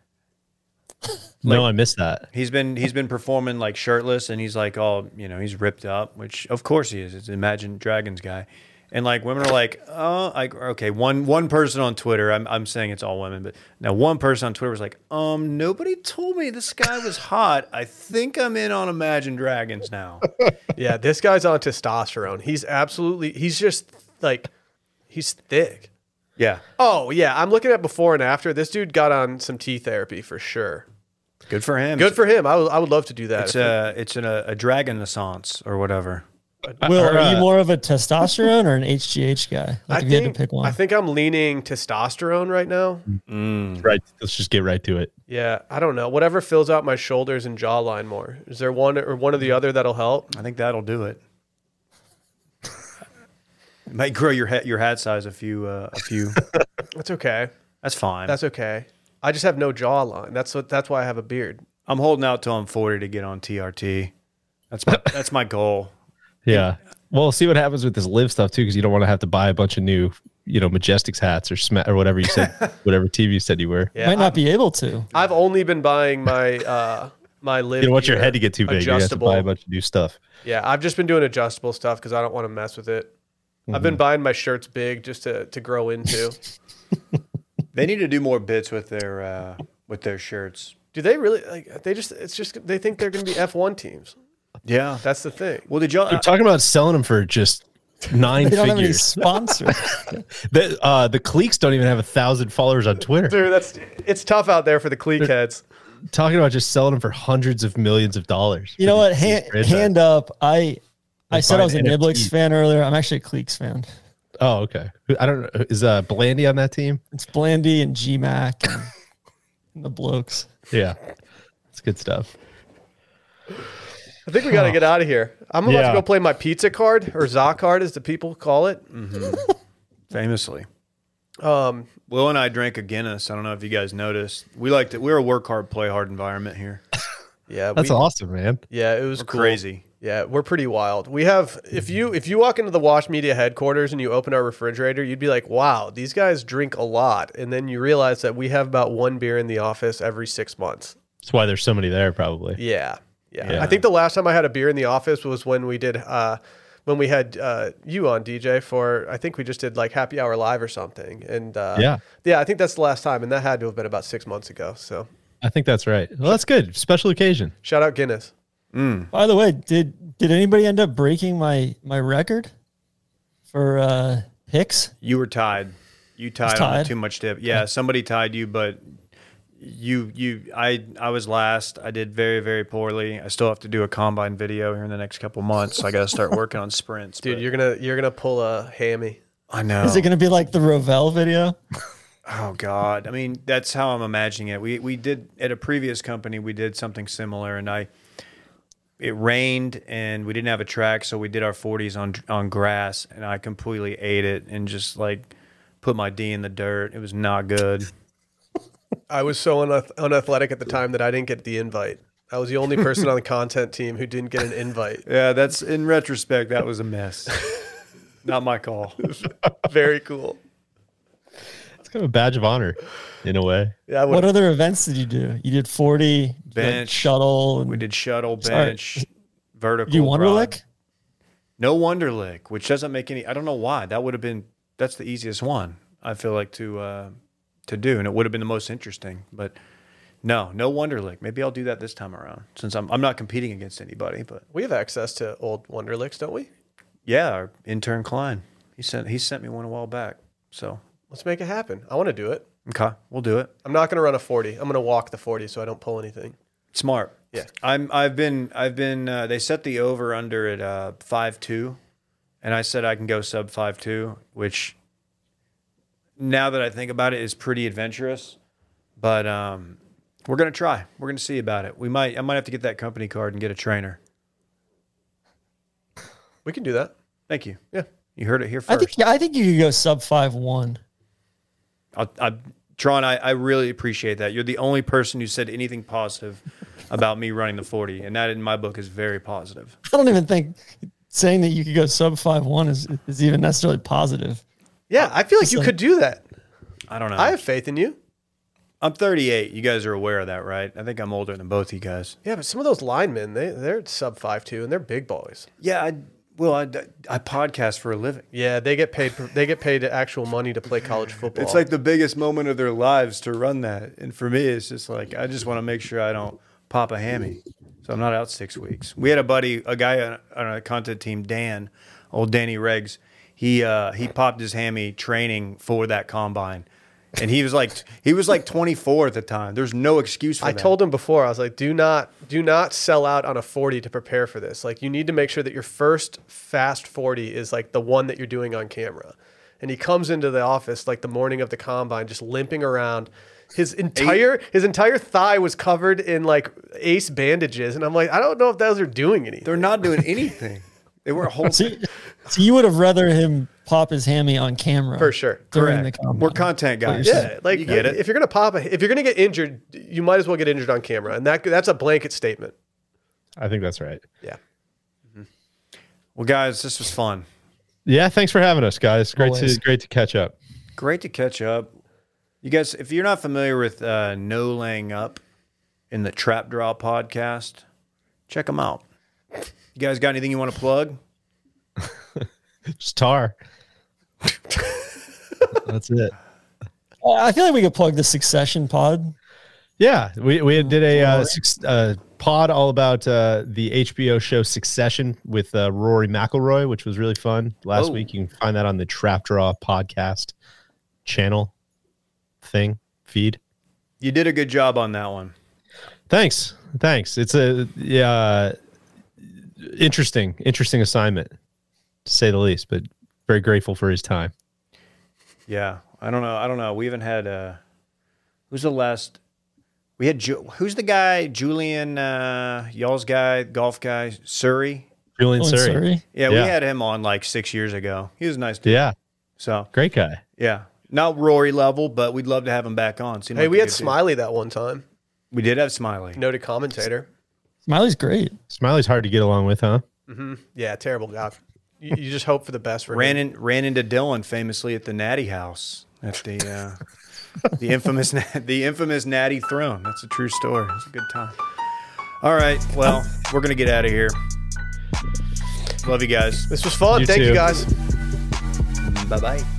D: no, I missed that.
C: He's been he's been performing like shirtless, and he's like all you know he's ripped up, which of course he is. It's Imagine Dragons guy, and like women are like, oh, like okay, one one person on Twitter. I'm I'm saying it's all women, but now one person on Twitter was like, um, nobody told me this guy was hot. I think I'm in on Imagine Dragons now.
A: Yeah, this guy's on testosterone. He's absolutely. He's just like, he's thick.
C: Yeah,
A: Oh [LAUGHS] yeah, I'm looking at before and after. This dude got on some T therapy for sure.
C: good for him.
A: Good for him. I would I would love to do that.
C: It's
A: if-
C: a it's an, a, a dragon essence or whatever.
E: Will,
D: or,
E: are you
D: uh,
E: more of a testosterone or an HGH guy? Like
A: I
E: if you had
A: think
E: to pick one.
A: I think I'm leaning testosterone right now.
D: Mm. Right. Let's just get right to it.
A: Yeah, I don't know. Whatever fills out my shoulders and jawline more. Is there one or one or the other that'll help?
C: I think that'll do it. [LAUGHS] It might grow your hat your hat size a few uh, a few.
A: That's okay.
C: That's fine.
A: That's okay. I just have no jawline. That's what. That's why I have a beard.
C: I'm holding out till I'm 40 to get on TRT. That's my that's my goal.
D: Yeah. Well, see what happens with this live stuff too, because you don't want to have to buy a bunch of new, you know, Majestics hats or sma- or whatever you
E: [LAUGHS]
D: said, whatever TV you said you were.
A: Yeah,
E: Might not be able to.
A: I've only been buying
D: [LAUGHS]
A: my uh my lip.
D: You don't want your
A: gear
D: head to get too big. You have to buy a bunch of new stuff.
A: Yeah, I've just been doing adjustable stuff because I don't want to mess with it. I've
D: Mm-hmm.
A: been buying my shirts big just to to grow
D: [LAUGHS]
A: into.
C: They need to do more bits with their uh, with their shirts.
A: Do they really like? They just it's just they think they're going to be F one teams.
C: Yeah.
A: That's the thing.
C: Well, did y'all?
D: They're talking about selling them for just nine
E: Uh, [LAUGHS] They don't have
A: [LAUGHS]
E: any
D: figures.
E: sponsors.
D: The uh, the cliques don't even have a thousand followers on Twitter.
A: Dude, that's it's tough out there for the clique heads.
D: talking about just selling them for hundreds of millions of dollars.
E: You know what? Hand, hand up. I I said I was a
D: buying
E: Niblix
D: NFT.
E: fan earlier. I'm actually a Cleeks fan.
D: Oh, okay. I don't know. Is uh, Blandy on that
E: [LAUGHS]
D: team?
E: It's Blandy and
C: [LAUGHS]
E: GMAC and, and the blokes.
D: Yeah, it's good stuff.
A: I think we got to get out of here. I'm about
D: Yeah.
A: to go play my pizza card or za card, as the people call it.
C: famously,
A: Um,
C: Will and I drank a Guinness. I don't know if you guys noticed. We like to. We're a work hard, play hard environment here.
A: yeah,
D: That's
A: we,
D: awesome, man.
A: Yeah, it was
C: We're
A: cool.
C: crazy.
A: Yeah, we're pretty wild. We have if you if you walk into the Wash Media headquarters and you open our refrigerator, you'd be like, "Wow, these guys drink a lot." And then you realize that we have about one beer in the office every 6 months.
D: That's why there's so many there, probably.
A: Yeah. Yeah.
D: Yeah.
A: I think the last time I had a beer in the office was when we did uh when we had uh you on DJ for I think we just did like happy hour live or something. And uh
D: Yeah.
A: yeah, I think that's the last time and that had to have been about 6 months ago. So,
D: I think that's right. Well, that's good. Special occasion.
A: shout out Guinness.
E: By the way, did did anybody end up breaking my my record for uh picks?
C: You were tied. You tied, on the
E: tied.
C: too much tip. Yeah, somebody tied you, but you you I I was last. I did very very poorly. I still have to do a combine video here in the next couple months. I got to start working on sprints.
A: Dude,
C: but-
A: you're going to you're going to pull a hammy.
C: I know.
E: Is it going to be like the Rovell video?
C: Oh God! I mean, that's how I'm imagining it. We we did at a previous company, we did something similar, and I it rained and we didn't have a track, so we did our 40s on on grass, and I completely ate it and just like put my D in the dirt. It was not good.
A: I was so unath- unathletic at the time that I didn't get the invite. I was the only person on the content team who didn't get an invite.
C: Yeah, that's in retrospect, that was a mess. [LAUGHS] not my call.
A: [LAUGHS] Very cool.
D: It's kind of a badge of honor, in a way.
A: Yeah, I
E: What
A: would
E: other events did you do? You did 40, you did
C: Bench.
E: shuttle, and
C: We did shuttle,
E: Sorry.
C: bench, vertical.
E: you
C: rod.
E: Wonderlick?
C: No Wonderlick, which doesn't make any. I don't know why that would have been. That's the easiest one I feel like to uh, to do, and it would have been the most interesting. But no, no Wonderlick. Maybe I'll do that this time around since I'm I'm not competing against anybody. But
A: we have access to old Wonderlicks, don't we?
C: yeah, our intern Klein, he sent he sent me one a while back. So
A: Let's make it happen. I want to do it.
C: okay, we'll do it.
A: I'm not going to run a 40. I'm going to walk the 40 so I don't pull anything.
C: Smart.
A: Yeah.
C: I'm. I've been. I've been. Uh, they set the over under at uh, five two, and I said I can go sub five two, which now that I think about it is pretty adventurous. But um, we're gonna try. We're gonna see about it. We might. I might have to get that company card and get a trainer.
A: We can do that.
C: Thank you.
A: Yeah.
C: You heard it here
E: I
C: first.
E: think yeah, I think you could go sub five one. [LAUGHS]
C: I'll, I, Tron, I, I really appreciate that. You're the only person who said anything positive about me running the 40, and that in my book is very positive.
E: I don't even think saying that you could go sub five one is is even necessarily positive.
A: Yeah, I feel like you
E: Listen.
A: could do that.
C: I don't know.
A: I
C: i
A: have faith in you.
C: am 38. You guys are aware of that, right? I think I'm older than both of you guys.
A: Yeah, but some of those linemen, they they're sub five two and they're big boys.
C: Yeah, I, well, I, I podcast for a living.
A: Yeah, they get paid. They get paid actual money to play college football.
C: It's like the biggest moment of their lives to run that. And for me, it's just like, I just want to make sure I don't pop a hammy. So I'm not out six weeks. We had a buddy, a guy on, on our content team, Dan, old Danny Reggs. He, uh, he popped his hammy training for that combine. And he was like, he was like 24 at the time. There's no excuse for
A: I
C: that.
A: told him before. I was like, do not do not sell out on a forty to prepare for this. Like you need to make sure that your first fast forty is like the one that you're doing on camera. And he comes into the office like the morning of the combine, just limping around. His entire his entire thigh was covered in like ace bandages, and I'm like, I don't know if those are doing anything.
C: They're not doing anything. They were a whole.
E: So, so you would have rather him pop his hammy on camera
A: For sure.
E: during the combine.
C: We're content guys.
A: Um, Yeah, like uh,
C: you get it.
A: If you're gonna pop, a, if you're gonna get injured, you might as well get injured on camera, and that that's a blanket statement.
D: I think that's right.
A: Yeah,
C: Well, guys, this was fun.
D: Yeah, thanks for having us, guys. Great
E: Always.
D: to great to catch up.
C: Great to catch up. You guys, if you're not familiar with uh, No Laying Up in the Trap Draw podcast, check them out. You guys got anything you want to plug?
D: Star. that's it.
E: Uh, I feel like we could plug the Succession pod.
D: Yeah, we, we did a uh,
E: Rory.
D: suc- uh, pod all about uh, the HBO show Succession with uh, Rory McIlroy, which was really fun last
C: Oh.
D: week. You can find that on the Trap Draw podcast channel thing feed.
C: You did a good job on that one.
D: Thanks, thanks. It's a yeah, interesting, interesting assignment to say the least. But very grateful for his time.
C: Yeah, I don't know. I don't know. We haven't had uh, who's the last? We had Ju- who's the guy? Julian, uh, y'all's guy, golf guy, Surrey.
D: Julian
E: Oh, in
D: Surrey.
E: Surrey.
C: Yeah,
D: Yeah.
C: we had him on like six years ago. He was a nice. Dude.
D: Yeah,
C: So
D: great guy.
C: yeah, not Rory level, but we'd love to have him back on. Seemed
A: hey,
C: like
A: we
C: a
A: had
C: good dude.
A: Smiley that one time,
C: We did have Smiley.
A: noted commentator.
E: Smiley's great.
D: Smiley's hard to get along with, huh?
A: Yeah, terrible guy. You, you just hope for the best for
C: ran
A: him.
C: in, ran into Dylan famously at the Natty House at the
A: [LAUGHS]
C: uh, the infamous na- the infamous Natty Throne. That's a true story. It's a good time. All right, well, we're gonna get out of here. Love you guys.
A: This was fun.
D: You
A: Thank you
D: too.
A: guys.
C: Bye bye.